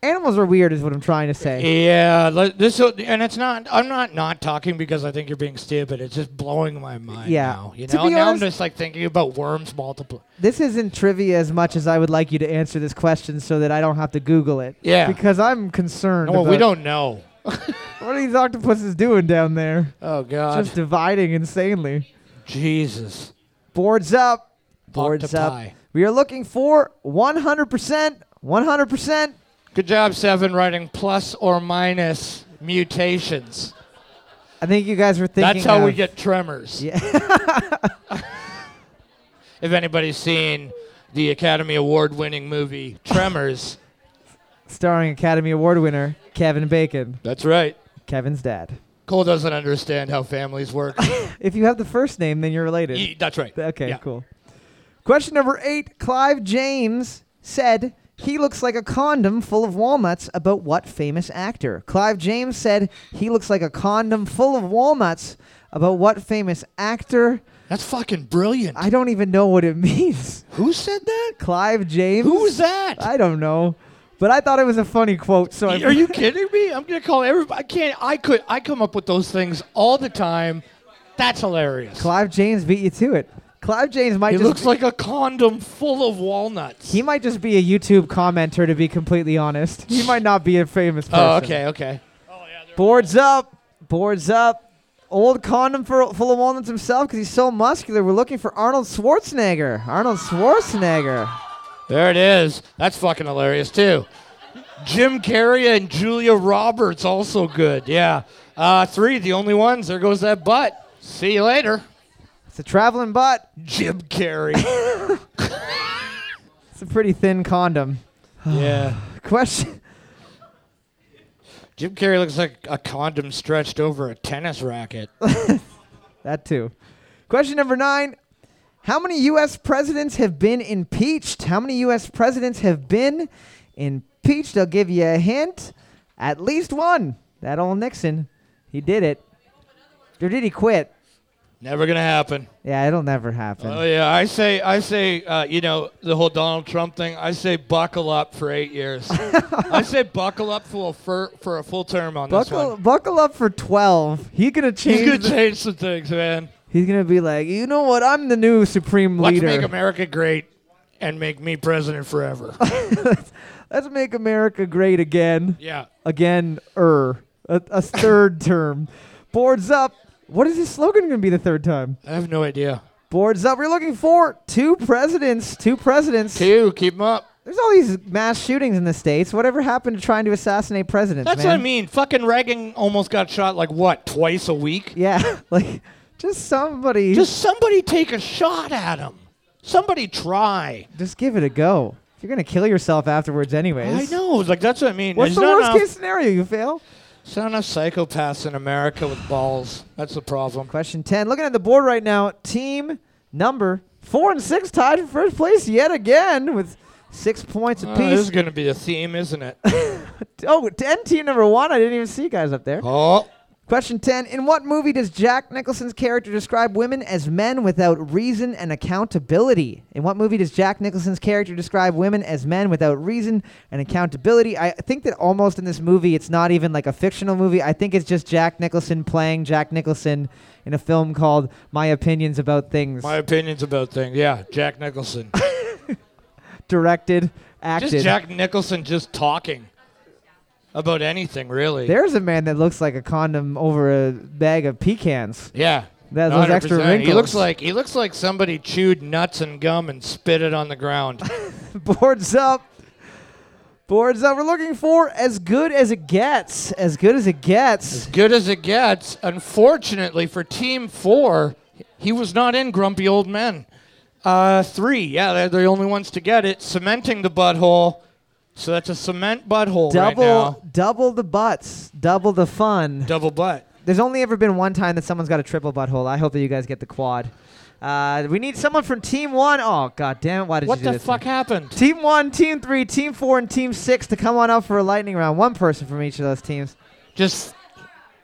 Speaker 1: Animals are weird, is what I'm trying to say.
Speaker 2: Yeah, li- this will- and it's not. I'm not not talking because I think you're being stupid. It's just blowing my mind
Speaker 1: Yeah.
Speaker 2: now. You
Speaker 1: To
Speaker 2: know,
Speaker 1: be
Speaker 2: now
Speaker 1: honest-
Speaker 2: I'm just like thinking about worms multiply.
Speaker 1: This isn't trivia as much as I would like you to answer this question so that I don't have to Google it.
Speaker 2: Yeah.
Speaker 1: Because I'm concerned.
Speaker 2: No, well, we
Speaker 1: about
Speaker 2: don't know.
Speaker 1: What are these octopuses doing down there?
Speaker 2: Oh God,
Speaker 1: Just dividing insanely.
Speaker 2: Jesus.
Speaker 1: Boards up. Boards up.
Speaker 2: Octopi.
Speaker 1: We are looking for 100%. 100%.
Speaker 2: Good job, Seven, writing plus or minus mutations.
Speaker 1: I think you guys were thinking.
Speaker 2: That's how we
Speaker 1: of-
Speaker 2: get tremors.
Speaker 1: Yeah.
Speaker 2: if anybody's seen the Academy Award-winning movie Tremors,
Speaker 1: Starring Academy Award winner Kevin Bacon,
Speaker 2: that's right.
Speaker 1: Kevin's dad.
Speaker 2: Cole doesn't understand how families work.
Speaker 1: If you have the first name, then you're related.
Speaker 2: Ye- that's right.
Speaker 1: Okay,
Speaker 2: Yeah.
Speaker 1: cool. Question number eight Clive James said he looks like a condom full of walnuts about what famous actor? Clive James said he looks like a condom full of walnuts about what famous actor?
Speaker 2: That's fucking brilliant.
Speaker 1: I don't even know what it means.
Speaker 2: Who said that?
Speaker 1: Clive James?
Speaker 2: Who was that?
Speaker 1: I don't know. But I thought it was a funny quote, so I
Speaker 2: Are you kidding me? I'm gonna call everybody. I can't. I could. I come up with those things all the time. That's hilarious.
Speaker 1: Clive James beat you to it. Clive James might
Speaker 2: He
Speaker 1: just
Speaker 2: looks like a condom full of walnuts.
Speaker 1: he might just be a YouTube commenter to be completely honest. He might not be a famous person.
Speaker 2: oh, okay, okay.
Speaker 1: Boards up, boards up. Old condom for, full of walnuts himself because he's so muscular. We're looking for Arnold Schwarzenegger. Arnold Schwarzenegger.
Speaker 2: There it is. That's fucking hilarious too. Jim Carrey and Julia Roberts also good. Yeah. Uh, three, the only ones. There goes that butt. See you later,
Speaker 1: It's a traveling butt.
Speaker 2: Jim Carrey.
Speaker 1: It's a pretty thin condom.
Speaker 2: yeah.
Speaker 1: Question.
Speaker 2: Jim Carrey looks like a condom stretched over a tennis racket.
Speaker 1: That too. Question number nine. How many U.S. presidents have been impeached? How many U.S. presidents have been impeached? I'll give you a hint. At least one. That old Nixon. He did it. Or did he quit?
Speaker 2: Never gonna happen.
Speaker 1: Yeah, it'll never happen.
Speaker 2: Oh yeah, I say, I say, uh, you know, the whole Donald Trump thing. I say, buckle up for eight years. I say, buckle up for a fur, for a full term on this
Speaker 1: Buckle,
Speaker 2: one.
Speaker 1: buckle up for 12. He gonna change.
Speaker 2: He's gonna
Speaker 1: the-
Speaker 2: change some things, man.
Speaker 1: he's gonna be like, you know what? I'm the new supreme
Speaker 2: Let's
Speaker 1: leader.
Speaker 2: make America great and make me president forever.
Speaker 1: Let's make America great again.
Speaker 2: yeah,
Speaker 1: Again, er, a, a third term. Boards up. What is his slogan gonna be the third time?
Speaker 2: I have no idea.
Speaker 1: Boards up. We're looking for two presidents. Two presidents.
Speaker 2: Two, keep them up.
Speaker 1: There's all these mass shootings in the states. Whatever happened to trying to assassinate presidents?
Speaker 2: That's
Speaker 1: man?
Speaker 2: what I mean. Fucking Reagan almost got shot like what twice a week.
Speaker 1: Yeah, like just somebody.
Speaker 2: Just somebody take a shot at him. Somebody try.
Speaker 1: just give it a go. You're gonna kill yourself afterwards, anyways.
Speaker 2: I know. Like that's what I mean.
Speaker 1: What's
Speaker 2: There's
Speaker 1: the
Speaker 2: not
Speaker 1: worst
Speaker 2: enough,
Speaker 1: case scenario? You fail.
Speaker 2: there's not enough psychopaths in America with balls. That's the problem.
Speaker 1: Question 10. Looking at the board right now, team number four and six tied in first place yet again with six points
Speaker 2: Oh, this is
Speaker 1: apiece.
Speaker 2: gonna be a theme, isn't it?
Speaker 1: Oh, 10 team number one. I didn't even see you guys up there.
Speaker 2: oh,
Speaker 1: Question 10. In what movie does Jack Nicholson's character describe women as men without reason and accountability? In what movie does Jack Nicholson's character describe women as men without reason and accountability? I think that almost in this movie, it's not even like a fictional movie. I think it's just Jack Nicholson playing Jack Nicholson in a film called My Opinions About Things.
Speaker 2: my opinions about things. Yeah, Jack Nicholson.
Speaker 1: directed, acted.
Speaker 2: just Jack Nicholson just talking about anything really.
Speaker 1: There's a man that looks like a condom over a bag of pecans.
Speaker 2: yeah.
Speaker 1: That- those extra
Speaker 2: 100%. He
Speaker 1: wrinkles.
Speaker 2: looks like he looks like somebody chewed nuts and gum and spit it on the ground.
Speaker 1: Boards up. Boards up. We're looking for as good as it gets. As good as it gets.
Speaker 2: Good as it gets. Unfortunately for Team Four, he was not in Grumpy Old Men. Uh, three, yeah, they're the only ones to get it. Cementing the butthole. So that's a cement butthole right
Speaker 1: Double
Speaker 2: now.
Speaker 1: double the butts. Double the fun.
Speaker 2: Double butt.
Speaker 1: There's only ever been one time that someone's got a triple butthole. I hope that you guys get the quad. Uh, we need someone from team one. Oh god damn it, why did
Speaker 2: What
Speaker 1: you do
Speaker 2: the
Speaker 1: this to me?
Speaker 2: fuck happened?
Speaker 1: Team one, team three, team four, and team six to come on up for a lightning round. One person from each of those teams.
Speaker 2: Just,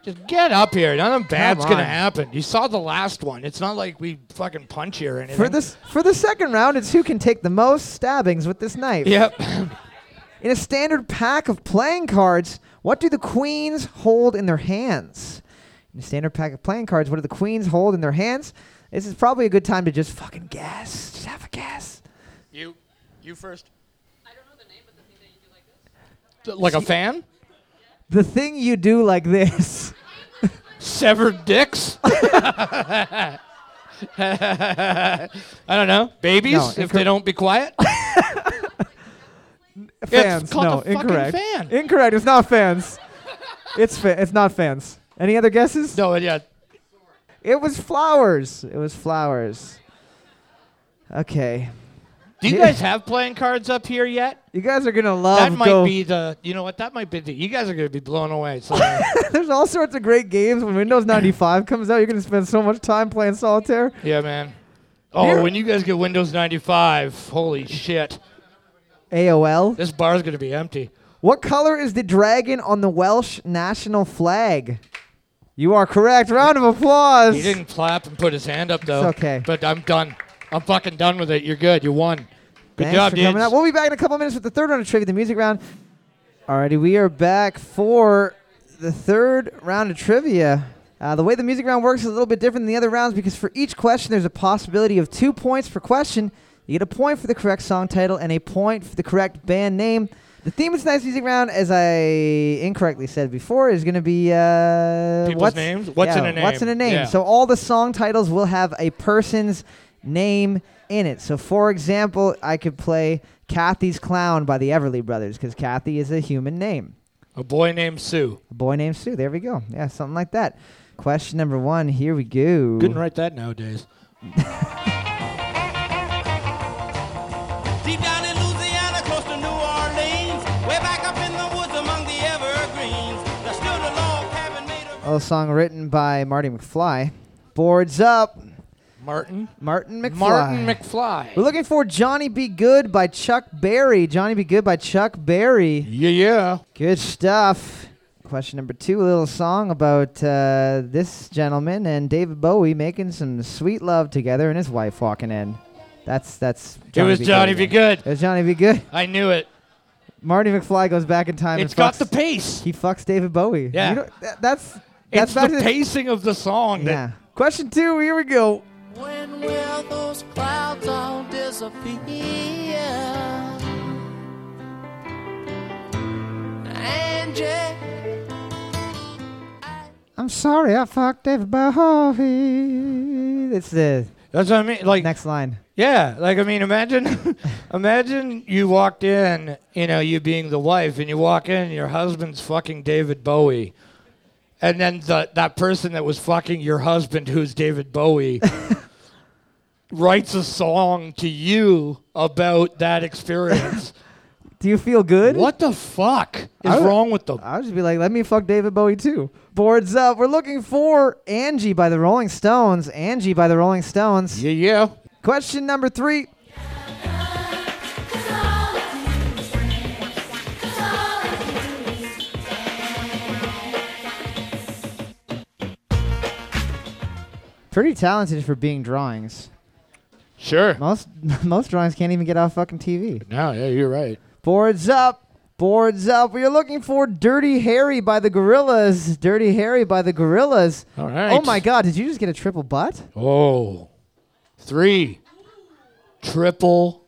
Speaker 2: just get up here. Nothing bad's
Speaker 1: on.
Speaker 2: gonna happen. You saw the last one. It's not like we fucking punch you or anything.
Speaker 1: For this for the second round, it's who can take the most stabbings with this knife.
Speaker 2: Yep.
Speaker 1: In a standard pack of playing cards, what do the queens hold in their hands? In a standard pack of playing cards, what do the queens hold in their hands? This is probably a good time to just fucking guess. Just have a guess.
Speaker 2: you, you first.
Speaker 3: I don't know the name, but the thing that you do like this.
Speaker 2: Like a fan?
Speaker 1: The thing you do like this.
Speaker 2: Severed dicks? I don't know. Babies,
Speaker 1: No,
Speaker 2: if they
Speaker 1: incor-
Speaker 2: don't be quiet.
Speaker 1: Fans.
Speaker 2: called
Speaker 1: no,
Speaker 2: a fucking
Speaker 1: incorrect.
Speaker 2: fan.
Speaker 1: Incorrect. It's not fans. it's fa- it's not fans. Any other guesses?
Speaker 2: no, yeah.
Speaker 1: It was flowers. It was flowers. Okay.
Speaker 2: Do you
Speaker 1: Yeah.
Speaker 2: guys have playing cards up here yet?
Speaker 1: You guys are gonna love
Speaker 2: That might
Speaker 1: go-
Speaker 2: be the. You know what? That might be the. You guys are gonna be blown away. So
Speaker 1: There's all sorts of great games. When Windows 95 comes out, you're going to spend so much time playing solitaire.
Speaker 2: yeah, man. Oh,
Speaker 1: Here-
Speaker 2: when you guys get Windows 95, holy shit,
Speaker 1: AOL.
Speaker 2: this bar's gonna be empty.
Speaker 1: What color is the dragon on the Welsh national flag? You are correct. Round of applause.
Speaker 2: He didn't clap and put his hand up though.
Speaker 1: It's okay.
Speaker 2: But I'm done. I'm fucking done with it. You're good. You won. Good
Speaker 1: Thanks
Speaker 2: job,
Speaker 1: for
Speaker 2: dudes.
Speaker 1: coming up. We'll be back in a couple minutes with the third round of trivia, the music round. Alrighty, we are back for the third round of trivia. Uh, the way the music round works is a little bit different than the other rounds because for each question, there's a possibility of two points per question. You get a point for the correct song title and a point for the correct band name. The theme of tonight's music round, as I incorrectly said before, is going to be uh,
Speaker 2: People's
Speaker 1: what's
Speaker 2: names? What's in a
Speaker 1: What's in
Speaker 2: name?
Speaker 1: a name?
Speaker 2: Yeah.
Speaker 1: So so all the song titles will have a person's name in it. So, for example, I could play Kathy's Clown by the Everly Brothers because Kathy is a human name.
Speaker 2: A boy named Sue.
Speaker 1: A boy named Sue. There we go. Yeah, something like that. Question number one. Here we go.
Speaker 2: Couldn't write that nowadays.
Speaker 4: Deep down in Louisiana, close to New Orleans, way back up in the woods among the evergreens, there stood a log cabin made of.
Speaker 1: A little song written by Marty McFly. Boards up.
Speaker 2: Martin.
Speaker 1: Martin McFly.
Speaker 2: Martin McFly.
Speaker 1: We're looking for Johnny Be Good by Chuck Berry. Johnny Be Good by Chuck Berry.
Speaker 2: Yeah, yeah.
Speaker 1: Good stuff. Question number two, a little song about uh, this gentleman and David Bowie making some sweet love together and his wife walking in. That's that's.
Speaker 2: it was
Speaker 1: B.
Speaker 2: Johnny
Speaker 1: Goode.
Speaker 2: Be Good.
Speaker 1: It was Johnny B. Good.
Speaker 2: I knew it.
Speaker 1: Marty McFly goes back in time.
Speaker 2: It's
Speaker 1: and
Speaker 2: got
Speaker 1: fucks-
Speaker 2: the pace.
Speaker 1: He fucks David Bowie.
Speaker 2: Yeah.
Speaker 1: You don't- that- that's that's
Speaker 2: It's
Speaker 1: back
Speaker 2: the
Speaker 1: to
Speaker 2: pacing of the song.
Speaker 1: Yeah.
Speaker 2: That,
Speaker 1: Question two. Here we go.
Speaker 4: When will those clouds all disappear? Angie.
Speaker 1: I'm sorry, I fucked David Bowie. It's the
Speaker 2: That's what I mean. Like
Speaker 1: Next line.
Speaker 2: Yeah, like I mean, imagine, imagine you walked in, you know, you being the wife, and you walk in, and your husband's fucking David Bowie, and then the, that person that was fucking your husband, who's David Bowie, writes a song to you about that experience.
Speaker 1: Do you feel good?
Speaker 2: what the fuck is
Speaker 1: I would-
Speaker 2: wrong with them?
Speaker 1: I would just be like, let me fuck David Bowie too. Boards up. We're looking for Angie by the Rolling Stones. Angie by the Rolling Stones.
Speaker 2: Yeah, yeah.
Speaker 1: Question number three. Pretty talented for being drawings.
Speaker 2: Sure.
Speaker 1: Most most drawings can't even get off fucking TV.
Speaker 2: No, yeah, you're right.
Speaker 1: Boards up. Boards up. We are looking for Dirty Harry by the Gorillas. Dirty Harry by the Gorillas.
Speaker 2: All right.
Speaker 1: Oh my god, did you just get a triple butt?
Speaker 2: Oh, three, triple,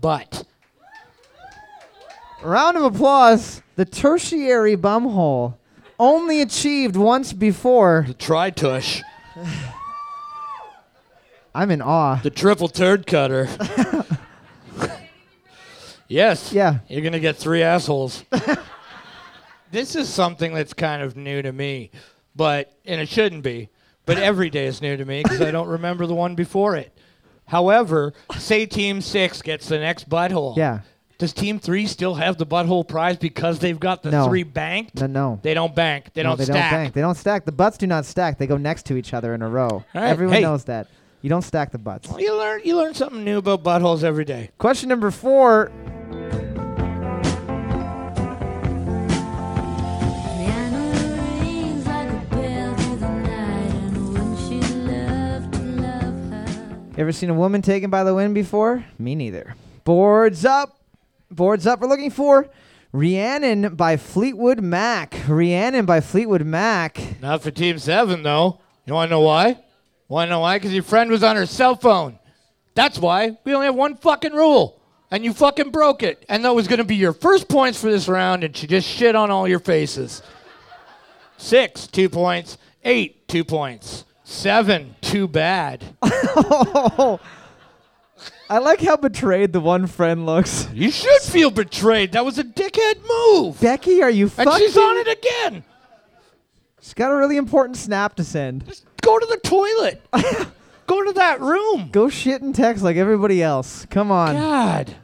Speaker 2: butt.
Speaker 1: Round of applause. The tertiary bumhole. Only achieved once before.
Speaker 2: The tri tush.
Speaker 1: I'm in awe.
Speaker 2: The triple turd cutter. yes.
Speaker 1: Yeah.
Speaker 2: You're going to get three assholes. this is something that's kind of new to me, but, and it shouldn't be, but every day is new to me because I don't remember the one before it. However, say team six gets the next butthole.
Speaker 1: Yeah.
Speaker 2: Does team three still have the butthole prize because they've got the
Speaker 1: No.
Speaker 2: three banked?
Speaker 1: No, no.
Speaker 2: They don't bank. They
Speaker 1: No,
Speaker 2: don't
Speaker 1: they
Speaker 2: stack.
Speaker 1: don't bank. They don't stack. The butts do not stack. They go next to each other in a row.
Speaker 2: right,
Speaker 1: Everyone
Speaker 2: hey.
Speaker 1: knows that. You don't stack the butts.
Speaker 2: You learn you learn something new about buttholes every day.
Speaker 1: Question number four. You ever seen a woman taken by the wind before? Me neither. Boards up. Boards up. We're looking for Rhiannon by Fleetwood Mac. Rhiannon by Fleetwood Mac.
Speaker 2: Not for Team Seven though. You want to know why? Want to know why? Because your friend was on her cell phone. That's why we only have one fucking rule, and you fucking broke it. And that was going to be your first points for this round, and she just shit on all your faces. Six, two points. Eight, two points. Seven, too bad.
Speaker 1: I like how betrayed the one friend looks.
Speaker 2: You should feel betrayed. That was a dickhead move.
Speaker 1: Becky, are you
Speaker 2: And
Speaker 1: fucking?
Speaker 2: she's on it again.
Speaker 1: She's got a really important snap to send.
Speaker 2: Just go to the toilet. go to that room.
Speaker 1: Go shit and text like everybody else. Come on.
Speaker 2: God.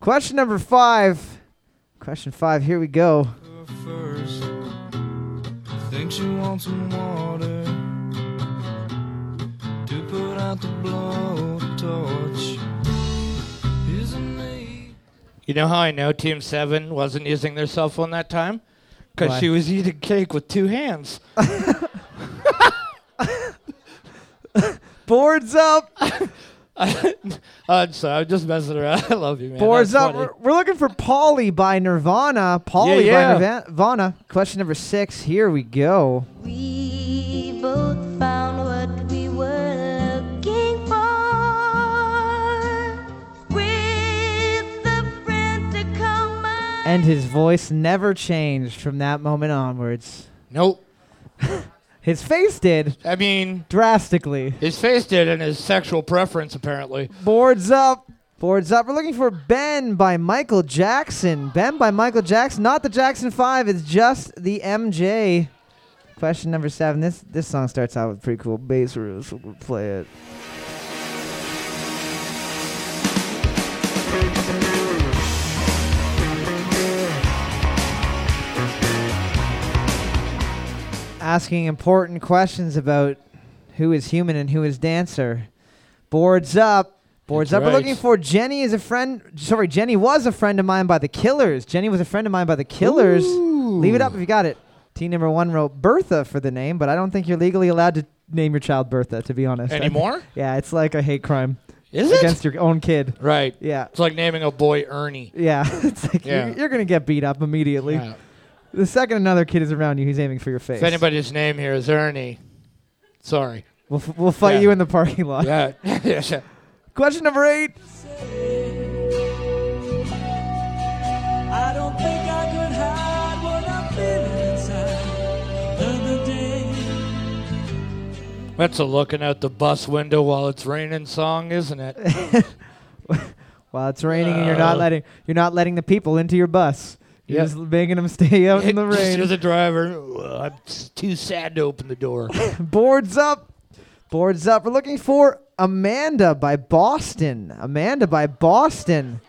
Speaker 1: Question number five. Question five. Here we go.
Speaker 5: first. Think she wants some water to put out the blowtorch. Is a need.
Speaker 2: You know how I know Team Seven wasn't using their cell phone that time? Because
Speaker 1: Why?
Speaker 2: she was eating cake with two hands.
Speaker 1: Boards up.
Speaker 2: Uh, I'm sorry, I'm just messing around. I love you, man.
Speaker 1: Boards
Speaker 2: That's
Speaker 1: up.
Speaker 2: funny.
Speaker 1: We're, we're looking for Polly by Nirvana. Polly
Speaker 2: yeah.
Speaker 1: by Nirva- Nirvana. Question number six. Here we go.
Speaker 6: We both found what we were looking for with a friend to come by.
Speaker 1: And his voice never changed from that moment onwards.
Speaker 2: Nope.
Speaker 1: His face did
Speaker 2: I mean,
Speaker 1: drastically.
Speaker 2: his face did, and his sexual preference apparently.
Speaker 1: Boards up. Boards up. We're looking for Ben by Michael Jackson. Ben by Michael Jackson. Not the Jackson 5, it's just the MJ. Question number seven. This this song starts out with a pretty cool bass riff, so we'll play it. Asking important questions about who is human and who is dancer. Boards up. Boards
Speaker 2: That's
Speaker 1: up. We're
Speaker 2: right.
Speaker 1: looking for Jenny is a friend. Sorry, Jenny was a friend of mine by the Killers. Jenny was a friend of mine by the Killers. Leave it up if you got it. Team number one wrote Bertha for the name, but I don't think you're legally allowed to name your child Bertha. To be honest, I-
Speaker 2: Anymore?
Speaker 1: yeah, it's like a hate crime
Speaker 2: Is it?
Speaker 1: against your own kid.
Speaker 2: right.
Speaker 1: Yeah,
Speaker 2: It's like naming a boy Ernie.
Speaker 1: yeah. it's like
Speaker 2: Yeah.
Speaker 1: You're, you're gonna get beat up immediately.
Speaker 2: Yeah.
Speaker 1: The second another kid is around you, he's aiming for your face.
Speaker 2: If anybody's name here is Ernie, sorry.
Speaker 1: we'll, f- we'll fight
Speaker 2: Yeah.
Speaker 1: you in the parking lot.
Speaker 2: Yeah.
Speaker 1: Question number eight.
Speaker 5: I don't think I could hide what I feel inside. Another day.
Speaker 2: That's a looking out the bus window while it's raining song, isn't it?
Speaker 1: While it's raining and you're not
Speaker 2: Uh.
Speaker 1: letting you're not letting the people into your bus. You're
Speaker 2: Yeah.
Speaker 1: just making them stay out in the
Speaker 2: Just as
Speaker 1: rain.
Speaker 2: a driver, "Ugh, I'm s- too sad to open the door.
Speaker 1: Boards up. Boards up. We're looking for Amanda by Boston. Amanda by Boston.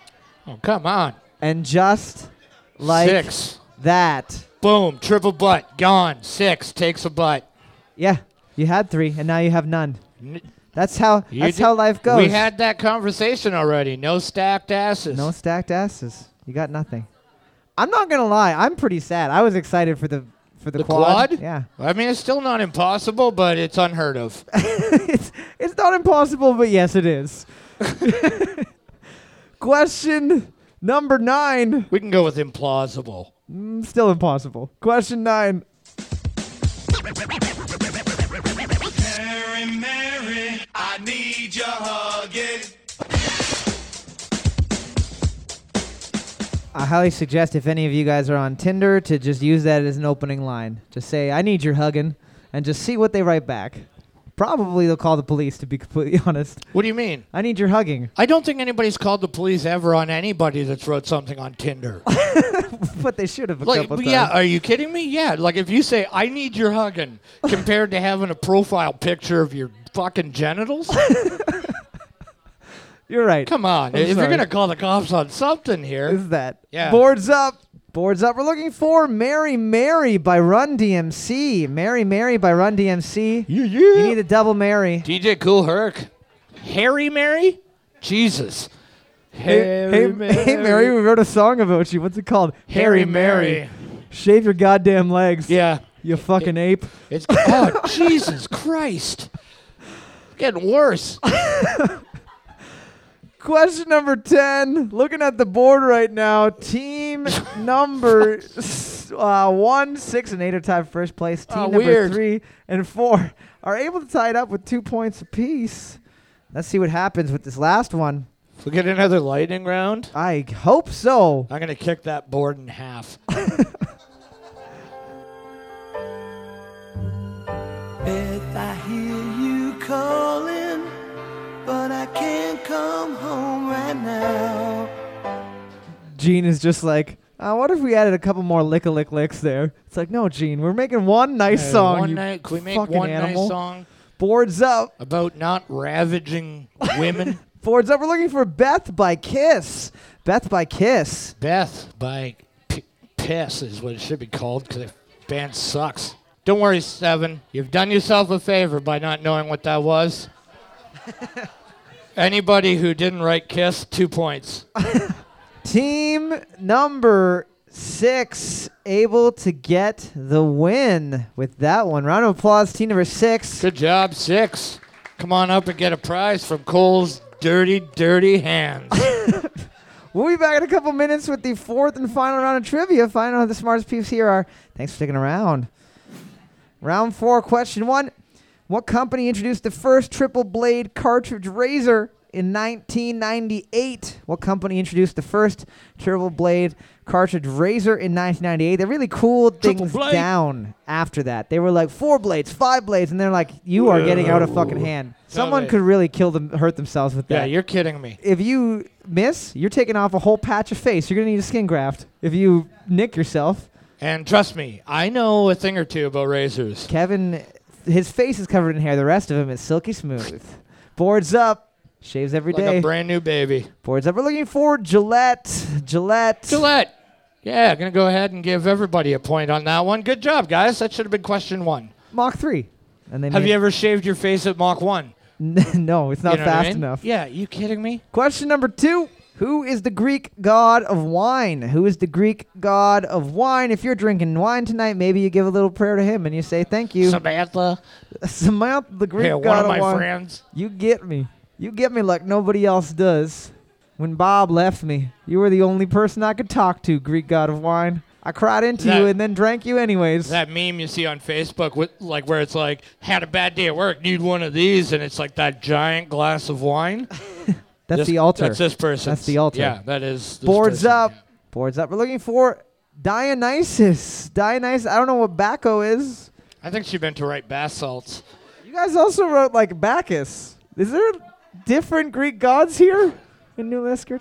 Speaker 2: oh, come on.
Speaker 1: And just like
Speaker 2: Six.
Speaker 1: that.
Speaker 2: Boom. Triple butt. Gone. Six. Takes a butt.
Speaker 1: Yeah. You had three and now you have none.
Speaker 2: N-
Speaker 1: That's how
Speaker 2: you
Speaker 1: that's
Speaker 2: did-
Speaker 1: how life goes.
Speaker 2: We had that conversation already. No stacked asses.
Speaker 1: No stacked asses. You got nothing. I'm not gonna lie. I'm pretty sad. I was excited for the for the,
Speaker 2: the
Speaker 1: quad.
Speaker 2: quad?
Speaker 1: Yeah,
Speaker 2: I mean, it's still not impossible, but it's unheard of.
Speaker 1: it's it's not impossible, but yes, it is. Question number nine.
Speaker 2: we can go with implausible.
Speaker 1: Mm, Still impossible. Question nine.
Speaker 4: Mary, Mary, I need your hugging.
Speaker 1: I highly suggest if any of you guys are on Tinder to just use that as an opening line. Just say, "I need your hugging," and just see what they write back. Probably they'll call the police. To be completely honest,
Speaker 2: What do you mean?
Speaker 1: I need your hugging.
Speaker 2: I don't think anybody's called the police ever on anybody that's wrote something on Tinder.
Speaker 1: but they should have a
Speaker 2: Like,
Speaker 1: couple times.
Speaker 2: yeah, are you kidding me? Yeah, like if you say I need your hugging compared to having a profile picture of your fucking genitals,
Speaker 1: You're right.
Speaker 2: come on.
Speaker 1: I'm
Speaker 2: if
Speaker 1: sorry.
Speaker 2: you're gonna call the cops on something here,
Speaker 1: is that?
Speaker 2: Yeah.
Speaker 1: Boards up. Boards up. We're looking for Mary Mary by Run DMC. Mary Mary by Run DMC.
Speaker 2: yeah, yeah.
Speaker 1: You need a double Mary.
Speaker 2: DJ Cool Herc, Harry Mary, Jesus,
Speaker 1: hey, hey, Mary, we wrote a song about you. What's it called?
Speaker 2: Harry Mary.
Speaker 1: Shave your goddamn legs.
Speaker 2: Yeah,
Speaker 1: You fucking ape.
Speaker 2: it's oh Jesus Christ, getting worse.
Speaker 1: Question number 10. Looking at the board right now, team number s- uh, 1, 6, and 8 are tied for first place. Team
Speaker 2: Oh,
Speaker 1: number
Speaker 2: weird.
Speaker 1: 3 and 4 are able to tie it up with two points apiece. Let's see what happens with this last one.
Speaker 2: If we get another lightning round,
Speaker 1: I hope so.
Speaker 2: I'm gonna kick that board in half.
Speaker 5: Beth, I hear you calling, but I can't come home right now.
Speaker 1: Gene is just like, uh, what if we added a couple more lick a lick licks there? It's like, no, Gene, we're making one nice
Speaker 2: Hey,
Speaker 1: song.
Speaker 2: One
Speaker 1: you
Speaker 2: night, can we make
Speaker 1: fucking
Speaker 2: one
Speaker 1: animal.
Speaker 2: nice song?
Speaker 1: Boards up.
Speaker 2: about not ravaging women.
Speaker 1: Boards up. We're looking for Beth by Kiss. Beth by Kiss.
Speaker 2: Beth by P- Piss is what it should be called because the band sucks. Don't worry, Seven. You've done yourself a favor by not knowing what that was. Anybody who didn't write Kiss, two points.
Speaker 1: Team number six able to get the win with that one. Round of applause, team number six.
Speaker 2: Good job, six. Come on up and get a prize from Cole's dirty, dirty hands.
Speaker 1: We'll be back in a couple minutes with the fourth and final round of trivia. Find out who the smartest peeps here are. Thanks for sticking around. Round four, question one. What company introduced the first triple blade cartridge razor in 1998? What company introduced the first triple blade cartridge razor in 1998? They really cooled
Speaker 2: Triple
Speaker 1: things
Speaker 2: blade.
Speaker 1: down after that. They were like four blades, five blades, and they're like, you are getting out of fucking hand. Someone
Speaker 2: Totally.
Speaker 1: could really kill them, hurt themselves with
Speaker 2: yeah,
Speaker 1: that
Speaker 2: you're kidding me.
Speaker 1: if you miss, you're taking off a whole patch of face. You're gonna need a skin graft. If you nick yourself,
Speaker 2: And trust me, I know a thing or two about razors.
Speaker 1: Kevin, his face is covered in hair. The rest of him is silky smooth. Boards up, shaves every
Speaker 2: Like
Speaker 1: day.
Speaker 2: a brand new baby.
Speaker 1: Boards up. We're looking for Gillette. Gillette.
Speaker 2: Gillette. Yeah, gonna go ahead and give everybody a point on that one. Good job, guys. That should have been question one.
Speaker 1: Mach three. And then
Speaker 2: Have you ever shaved your face at Mach one?
Speaker 1: no, it's not
Speaker 2: You know what I
Speaker 1: fast
Speaker 2: mean?
Speaker 1: enough.
Speaker 2: Yeah, you kidding me?
Speaker 1: Question number two. Who is the Greek god of wine? Who is the Greek god of wine? If you're drinking wine tonight, maybe you give a little prayer to him and you say thank you.
Speaker 2: Samantha.
Speaker 1: Samantha, the Greek
Speaker 2: Yeah,
Speaker 1: god
Speaker 2: one of my
Speaker 1: wine.
Speaker 2: friends.
Speaker 1: You get me. You get me like nobody else does. When Bob left me, you were the only person I could talk to, Greek god of wine. I cried into you
Speaker 2: That-
Speaker 1: and then drank you anyways.
Speaker 2: That meme you see on Facebook with like where it's like, had a bad day at work, need one of these, and it's like that giant glass of wine.
Speaker 1: that's
Speaker 2: This-
Speaker 1: the altar.
Speaker 2: That's this person.
Speaker 1: That's the altar.
Speaker 2: Yeah, that is this
Speaker 1: Boards
Speaker 2: person,
Speaker 1: up.
Speaker 2: yeah.
Speaker 1: Boards up. We're looking for Dionysus. Dionysus. I don't know what Bacco is.
Speaker 2: I think she meant to write bath salts.
Speaker 1: You guys also wrote like Bacchus. Is there different Greek gods here in New Liskeard?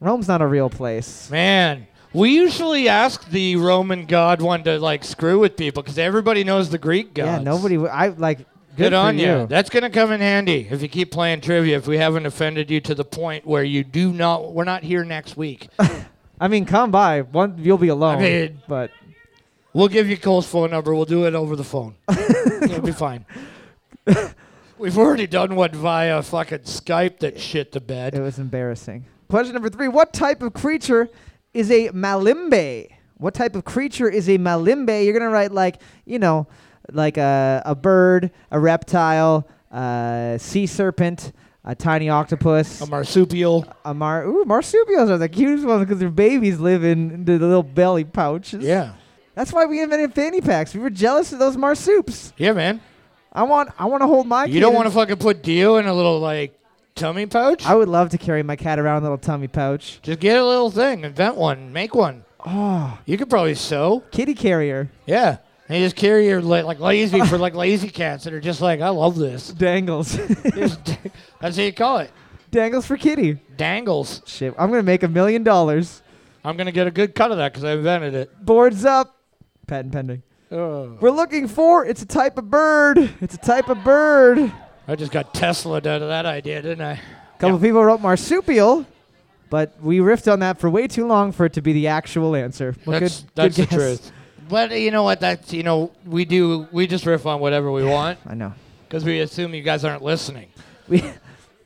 Speaker 1: Rome's not a real place.
Speaker 2: Man, we usually ask the Roman god one to like screw with people because everybody knows the Greek gods.
Speaker 1: Yeah, nobody. W- I like. Good,
Speaker 2: Good
Speaker 1: for
Speaker 2: on
Speaker 1: you.
Speaker 2: you. That's gonna come in handy if you keep playing trivia. If we haven't offended you to the point where you do not, we're not here next week.
Speaker 1: I mean, come by. One, you'll be alone.
Speaker 2: mean-
Speaker 1: but
Speaker 2: We'll give you Cole's phone number. We'll do it over the phone. It'll be fine. We've already done one via fucking Skype that shit the
Speaker 1: it
Speaker 2: bed.
Speaker 1: was embarrassing. Question number three: What type of creature is a malimbe? What type of creature is a malimbe? You're gonna write like you know, like a a bird, a reptile, a sea serpent, a tiny octopus,
Speaker 2: A marsupial.
Speaker 1: a mar. Ooh, marsupials are the cutest ones because their babies live in the little belly pouches.
Speaker 2: Yeah.
Speaker 1: that's why we invented fanny packs. We were jealous of those marsups.
Speaker 2: Yeah, man.
Speaker 1: I want, I want to hold my.
Speaker 2: You don't
Speaker 1: kid
Speaker 2: want
Speaker 1: in-
Speaker 2: to fucking put Dio in a little like tummy pouch?
Speaker 1: I would love to carry my cat around in a little tummy pouch.
Speaker 2: Just get a little thing, invent one, make one.
Speaker 1: Oh,
Speaker 2: You could probably sew.
Speaker 1: kitty carrier
Speaker 2: Yeah. And you just carry your la- like lazy for like lazy cats that are just like, I love this.
Speaker 1: dangles,
Speaker 2: That's how you call it.
Speaker 1: dangles for kitty.
Speaker 2: Dangles.
Speaker 1: Shit, I'm gonna make a million dollars.
Speaker 2: I'm gonna get a good cut of that because I invented it.
Speaker 1: Boards up, patent pending.
Speaker 2: Oh.
Speaker 1: We're looking for. It's a type of bird. It's a type of bird.
Speaker 2: I just got Tesla out of that idea, didn't I?
Speaker 1: couple people wrote marsupial, but we riffed on that for way too long for it to be the actual answer. Well,
Speaker 2: that's
Speaker 1: good,
Speaker 2: that's
Speaker 1: good
Speaker 2: the
Speaker 1: guess.
Speaker 2: truth. But you know what? That's you know we do we just riff on whatever we want
Speaker 1: I know.
Speaker 2: because we assume you guys aren't listening.
Speaker 1: We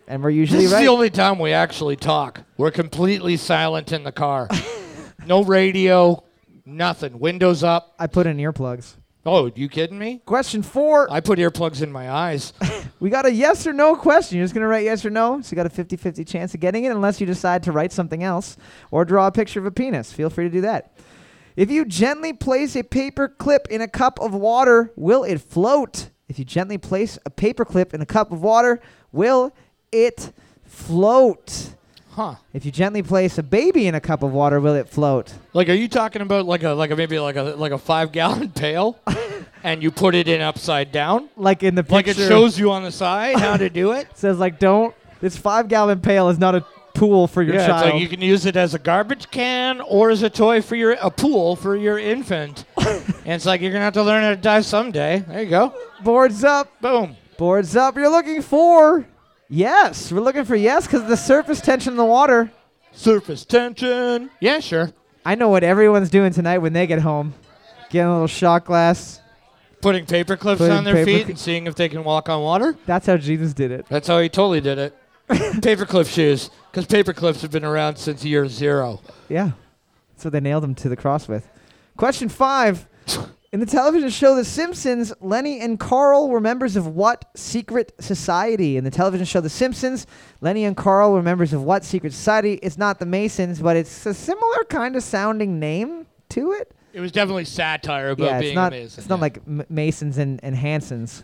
Speaker 1: and we're usually
Speaker 2: This is
Speaker 1: right.
Speaker 2: the only time we actually talk. We're completely silent in the car. no radio, nothing. Windows up.
Speaker 1: I put in earplugs.
Speaker 2: Oh, you kidding me?
Speaker 1: Question four.
Speaker 2: I put earplugs in my eyes.
Speaker 1: We got a yes or no question. You're just going to write yes or no. So you got a 50 50 chance of getting it unless you decide to write something else or draw a picture of a penis. Feel free to do that. If you gently place a paper clip in a cup of water, will it float? If you gently place a paper clip in a cup of water, will it float?
Speaker 2: Huh.
Speaker 1: If you gently place a baby in a cup of water, will it float?
Speaker 2: Like are you talking about like a like a maybe like a like a 5 gallon pail and you put it in upside down?
Speaker 1: Like in the picture,
Speaker 2: Like it shows you on the side how to do it?
Speaker 1: says like don't. This five gallon pail is not a pool for your
Speaker 2: Yeah,
Speaker 1: child.
Speaker 2: it's like you can use it as a garbage can or as a toy for your a pool for your infant. and it's like you're gonna have to learn how to dive someday. There you go.
Speaker 1: Boards up.
Speaker 2: Boom.
Speaker 1: Boards up. You're looking for yes. We're looking for yes because the surface tension in the water.
Speaker 2: Surface tension. Yeah, sure.
Speaker 1: I know what everyone's doing tonight when they get home. Getting a little shot glass.
Speaker 2: Putting paper clips
Speaker 1: Putting
Speaker 2: on their
Speaker 1: paper
Speaker 2: feet
Speaker 1: cl-
Speaker 2: and seeing if they can walk on water.
Speaker 1: That's how Jesus did it.
Speaker 2: That's how he totally did it. paper clip shoes, because paper clips have been around since year zero.
Speaker 1: Yeah. That's what they nailed him to the cross with. Question five. In the television show The Simpsons, Lenny and Carl were members of what secret society? In the television show The Simpsons, Lenny and Carl were members of what secret society? It's not the Masons, but it's a similar kind of sounding name to it.
Speaker 2: It was definitely satire about
Speaker 1: yeah,
Speaker 2: being
Speaker 1: it's not,
Speaker 2: amazing.
Speaker 1: It's not
Speaker 2: yeah.
Speaker 1: like M- Masons and, and Hansons.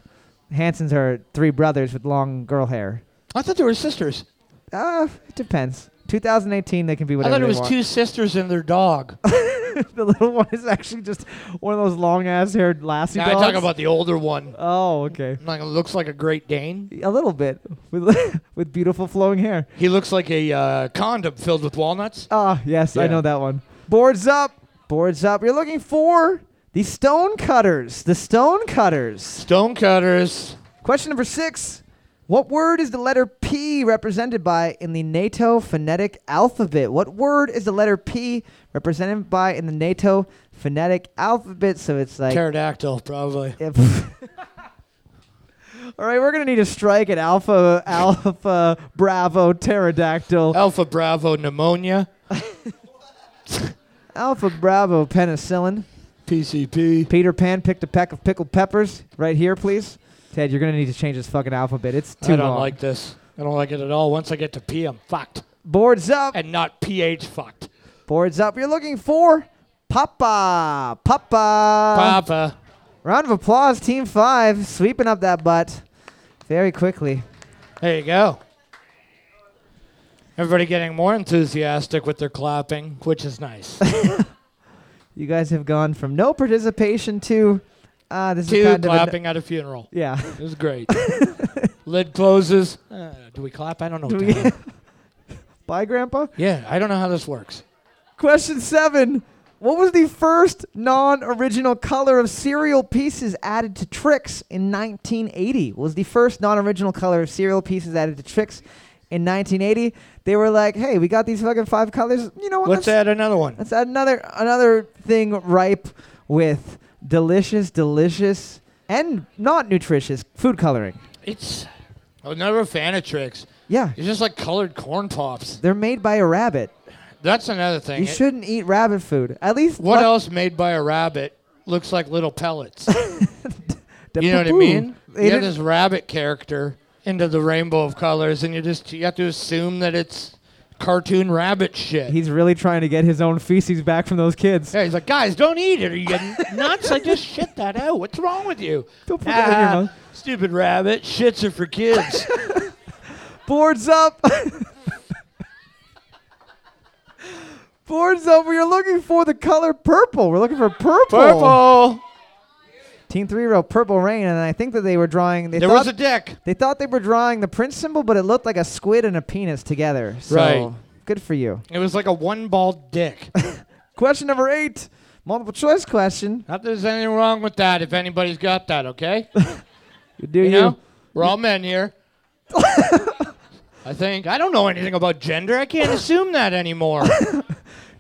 Speaker 1: Hansons are three brothers with long girl hair.
Speaker 2: I thought they were sisters.
Speaker 1: Uh, it depends. 2018, they can be
Speaker 2: I
Speaker 1: whatever
Speaker 2: thought it
Speaker 1: they
Speaker 2: was
Speaker 1: want.
Speaker 2: two sisters and their dog.
Speaker 1: the little one is actually just one of those long ass haired lassie
Speaker 2: now I
Speaker 1: dogs.
Speaker 2: talk about the older one.
Speaker 1: Oh, okay.
Speaker 2: Like it looks like a Great Dane.
Speaker 1: A little bit with with beautiful flowing hair.
Speaker 2: He looks like a uh, condom filled with walnuts.
Speaker 1: Ah, yes, I
Speaker 2: Yeah.
Speaker 1: know that one. Boards up, boards up. You're looking for the stone cutters. The stone cutters.
Speaker 2: Stonecutters.
Speaker 1: Question number six. What word is the letter P represented by in the NATO phonetic alphabet? What word is the letter P represented by in the NATO phonetic alphabet? So it's like.
Speaker 2: Pterodactyl, probably.
Speaker 1: if- All right, we're going to need a strike at Alpha, Alpha, Bravo, Pterodactyl,
Speaker 2: Alpha Bravo pneumonia.
Speaker 1: Alpha, Bravo, Penicillin.
Speaker 2: PCP.
Speaker 1: Peter Pan picked a peck of pickled peppers right here, please. Ted, you're going to need to change this fucking alphabet. It's too
Speaker 2: I don't
Speaker 1: long.
Speaker 2: like this. I don't like it at all. Once I get to P, I'm fucked.
Speaker 1: Boards up.
Speaker 2: And not PH fucked.
Speaker 1: Boards up. You're looking for Papa. Papa. Um,
Speaker 2: Papa.
Speaker 1: Round of applause, Team Five, sweeping up that butt very quickly.
Speaker 2: There you go. Everybody getting more enthusiastic with their clapping, which is nice.
Speaker 1: You guys have gone from no participation to ah, this
Speaker 2: Two
Speaker 1: is kind of an,
Speaker 2: clapping at a funeral.
Speaker 1: yeah.
Speaker 2: It was great. Lid closes. Uh, do we clap? I don't know.
Speaker 1: Do we-
Speaker 2: Tom.
Speaker 1: Bye, Grandpa.
Speaker 2: yeah, I don't know how this works.
Speaker 1: Question seven. What was the first non original color of cereal pieces added to tricks in 1980? What was the first non original color of cereal pieces added to tricks in 1980? They were like, hey, we got these fucking five colors. You know what?
Speaker 2: Let's
Speaker 1: let's,
Speaker 2: add another one.
Speaker 1: let's add another, another thing ripe with delicious, delicious, and not nutritious food coloring.
Speaker 2: It's. I was never a fan of tricks.
Speaker 1: Yeah.
Speaker 2: It's just like colored corn pops.
Speaker 1: They're made by a rabbit.
Speaker 2: That's another thing.
Speaker 1: You
Speaker 2: It-
Speaker 1: shouldn't eat rabbit food. At least
Speaker 2: What
Speaker 1: let-
Speaker 2: else made by a rabbit looks like little pellets?
Speaker 1: the
Speaker 2: You know what I
Speaker 1: poo-poo.
Speaker 2: mean?
Speaker 1: They
Speaker 2: You have
Speaker 1: didn't-
Speaker 2: this rabbit character into the rainbow of colors, and you just you have to assume that it's cartoon rabbit shit.
Speaker 1: He's really trying to get his own feces back from those kids.
Speaker 2: yeah, he's like, guys, don't eat it. Are you nuts? I just shit that out. What's wrong with you?
Speaker 1: Don't put that in your
Speaker 2: Ah,
Speaker 1: mouth."
Speaker 2: Stupid rabbit. Shits are for kids.
Speaker 1: Boards up. Boards up. We are looking for the color purple. We're looking for purple.
Speaker 2: Purple.
Speaker 1: Team three wrote purple rain, and I think that they were drawing. They
Speaker 2: There
Speaker 1: thought
Speaker 2: was a deck.
Speaker 1: they thought they were drawing the Prince symbol, but it looked like a squid and a penis together. So
Speaker 2: Right.
Speaker 1: Good for you.
Speaker 2: It was like a one ball dick.
Speaker 1: Question number eight, multiple choice question.
Speaker 2: Not that there's anything wrong with that if anybody's got that, okay?
Speaker 1: You do
Speaker 2: You know? We're all men here. I think. I don't know anything about gender. I can't assume that anymore.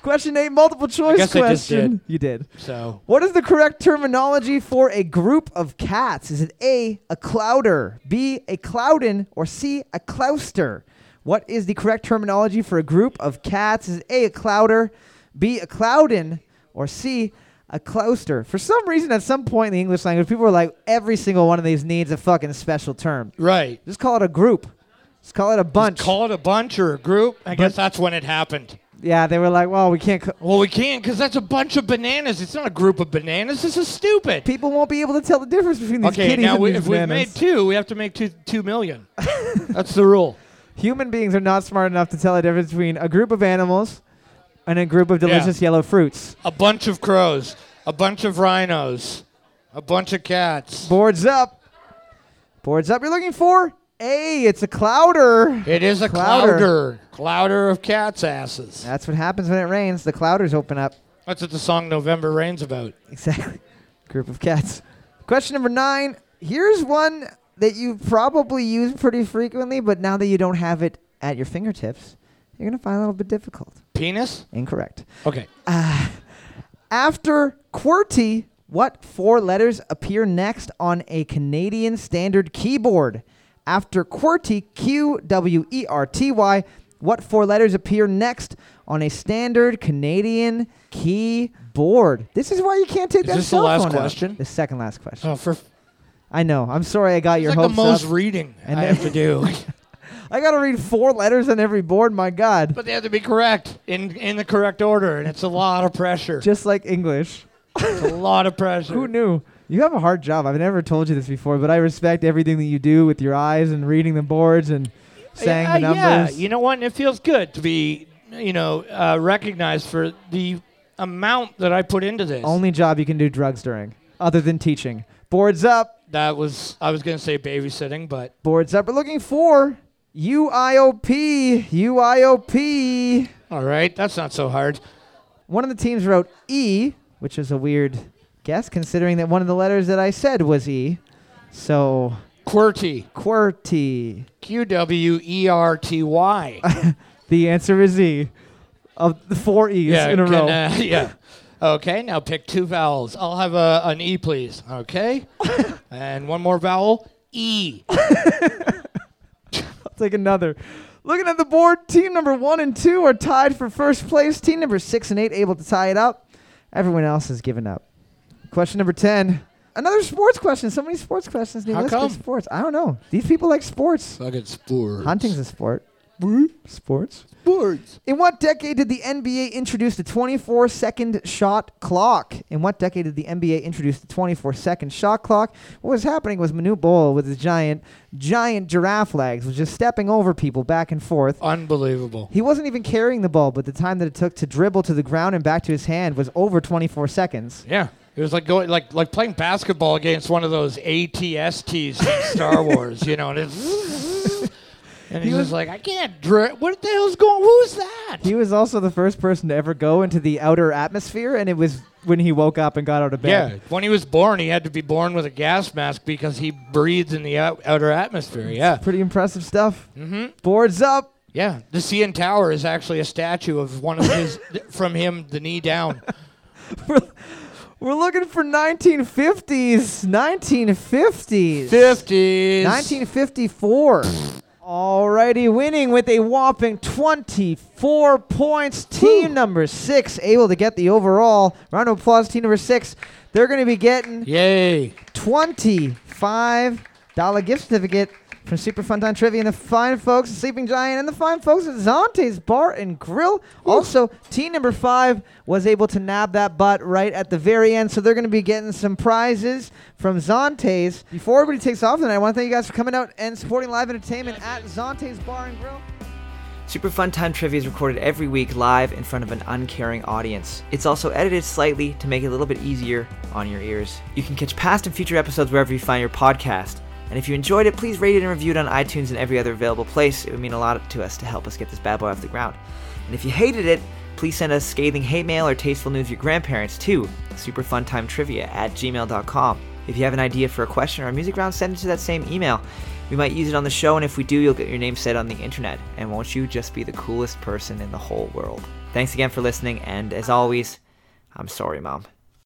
Speaker 1: Question eight, multiple choice
Speaker 2: guess I
Speaker 1: question.
Speaker 2: just did.
Speaker 1: You did.
Speaker 2: So,
Speaker 1: What is the correct terminology for a group of cats? Is it A, a clouder, B, a cloudin, or C, a clouster? What is the correct terminology for a group of cats? Is it A, a clouder, B, a cloudin, or C, a clouster? For some reason, at some point in the English language, people were like, every single one of these needs a fucking special term.
Speaker 2: right.
Speaker 1: Just call it a group. Just call it a bunch.
Speaker 2: Call it a bunch or a group. I guess that's when it happened.
Speaker 1: yeah, they were like, well, we can't. Cl-
Speaker 2: Well, we can't because that's a bunch of bananas. It's not a group of bananas. This is stupid.
Speaker 1: people won't be able to tell the difference between these
Speaker 2: Okay,
Speaker 1: kitties
Speaker 2: now
Speaker 1: and
Speaker 2: we,
Speaker 1: these
Speaker 2: if we've
Speaker 1: bananas.
Speaker 2: made two, we have to make two, two million. that's the rule.
Speaker 1: human beings are not smart enough to tell the difference between a group of animals and a group of delicious yellow fruits.
Speaker 2: A bunch of crows, a bunch of rhinos, a bunch of cats.
Speaker 1: Boards up. Boards up. You're looking for a. It's a clouder.
Speaker 2: It is a
Speaker 1: Clouder.
Speaker 2: clouder, clouder of cats' asses.
Speaker 1: That's what happens when it rains. The clouders open up.
Speaker 2: That's what the song November Rain's about.
Speaker 1: Exactly. Group of cats. Question number nine. Here's one that you probably use pretty frequently, but now that you don't have it at your fingertips, you're gonna find it a little bit difficult.
Speaker 2: Penis?
Speaker 1: Incorrect.
Speaker 2: Okay.
Speaker 1: After QWERTY, what four letters appear next on a Canadian standard keyboard? After QWERTY, Q W E R T Y, what four letters appear next on a standard Canadian keyboard? This is why you can't take
Speaker 2: Is
Speaker 1: that
Speaker 2: this the
Speaker 1: cell
Speaker 2: last
Speaker 1: phone out.
Speaker 2: question?
Speaker 1: The second last question.
Speaker 2: Oh, for it's
Speaker 1: I know. I'm sorry I got your
Speaker 2: like the
Speaker 1: hopes
Speaker 2: most
Speaker 1: up.
Speaker 2: reading
Speaker 1: And
Speaker 2: I
Speaker 1: then-
Speaker 2: have to do.
Speaker 1: I got to read four letters on every board. My God.
Speaker 2: but they have to be correct in in the correct order, and it's a lot of pressure.
Speaker 1: Just like English.
Speaker 2: it's a lot of pressure.
Speaker 1: Who knew? You have a hard job. I've never told you this before, but I respect everything that you do with your eyes and reading the boards and saying
Speaker 2: Yeah, uh,
Speaker 1: the numbers.
Speaker 2: Yeah, you know what? And it feels good to be, you know, uh, recognized for the amount that I put into this.
Speaker 1: Only job you can do drugs during, other than teaching. Boards up,
Speaker 2: that was I was gonna say babysitting, but
Speaker 1: boards up. We're looking for UIOP, UIOP.
Speaker 2: all right, that's not so hard.
Speaker 1: One of the teams wrote E, which is a weird guess considering that one of the letters that I said was E. So
Speaker 2: QWERTY,
Speaker 1: QWERTY.
Speaker 2: Q W E R T Y.
Speaker 1: The answer is E. Of the four E's in a
Speaker 2: can,
Speaker 1: row.
Speaker 2: uh, yeah. Okay, now pick two vowels. I'll have a, an E, please. Okay. and one more vowel. E.
Speaker 1: Take another. Looking at the board, team number one and two are tied for first place. Team number six and eight able to tie it up. Everyone else has given up. Question number ten. Another sports question. So many sports questions. Dude.
Speaker 2: How
Speaker 1: Let's get
Speaker 2: come?
Speaker 1: sports. I don't know. These people like sports.
Speaker 2: Fucking sports.
Speaker 1: Hunting's a sport. Sports.
Speaker 2: sports.
Speaker 1: In what decade did the NBA introduce the 24 second shot clock? In what decade did the NBA introduce the 24 second shot clock? What was happening was Manute Bol with his giant, giant giraffe legs was just stepping over people back and forth.
Speaker 2: Unbelievable.
Speaker 1: He wasn't even carrying the ball, but the time that it took to dribble to the ground and back to his hand was over 24 seconds.
Speaker 2: Yeah. It was like going like like playing basketball against one of those ATSTs in Star Wars, you know, and it's and he, was, like, I can't dri What the hell's going? Who's that?
Speaker 1: He was also the first person to ever go into the outer atmosphere, and it was when he woke up and got out of bed.
Speaker 2: yeah, when he was born, he had to be born with a gas mask because he breathes in the out- outer atmosphere. Yeah,
Speaker 1: Pretty impressive stuff. Mm-hmm. Boards up.
Speaker 2: yeah. The CN Tower is actually a statue of one of his from him, the knee down.
Speaker 1: We're looking for 1950s. 1950s.
Speaker 2: Fifties.
Speaker 1: 1954. Alrighty, winning with a whopping 24 points. Team number six able to get the overall. Round of applause, team number six. They're going to be getting
Speaker 2: Yay.
Speaker 1: $25 gift certificate from Super Fun Time Trivia and the fine folks at Sleeping Giant and the fine folks at Zante's Bar and Grill. Also, team number five was able to nab that butt right at the very end, so they're going to be getting some prizes from Zante's. Before everybody takes off tonight, I want to thank you guys for coming out and supporting live entertainment at Zante's Bar and Grill.
Speaker 7: Super Fun Time Trivia is recorded every week live in front of an uncaring audience. It's also edited slightly to make it a little bit easier on your ears. You can catch past and future episodes wherever you find your podcast. And if you enjoyed it, please rate it and review it on iTunes and every other available place. It would mean a lot to us to help us get this bad boy off the ground. And if you hated it, please send us scathing hate mail or tasteful news of your grandparents to superfuntimetrivia at gmail.com. If you have an idea for a question or a music round, send it to that same email. We might use it on the show, and if we do, you'll get your name said on the internet. And won't you just be the coolest person in the whole world? Thanks again for listening, and as always, I'm sorry, Mom.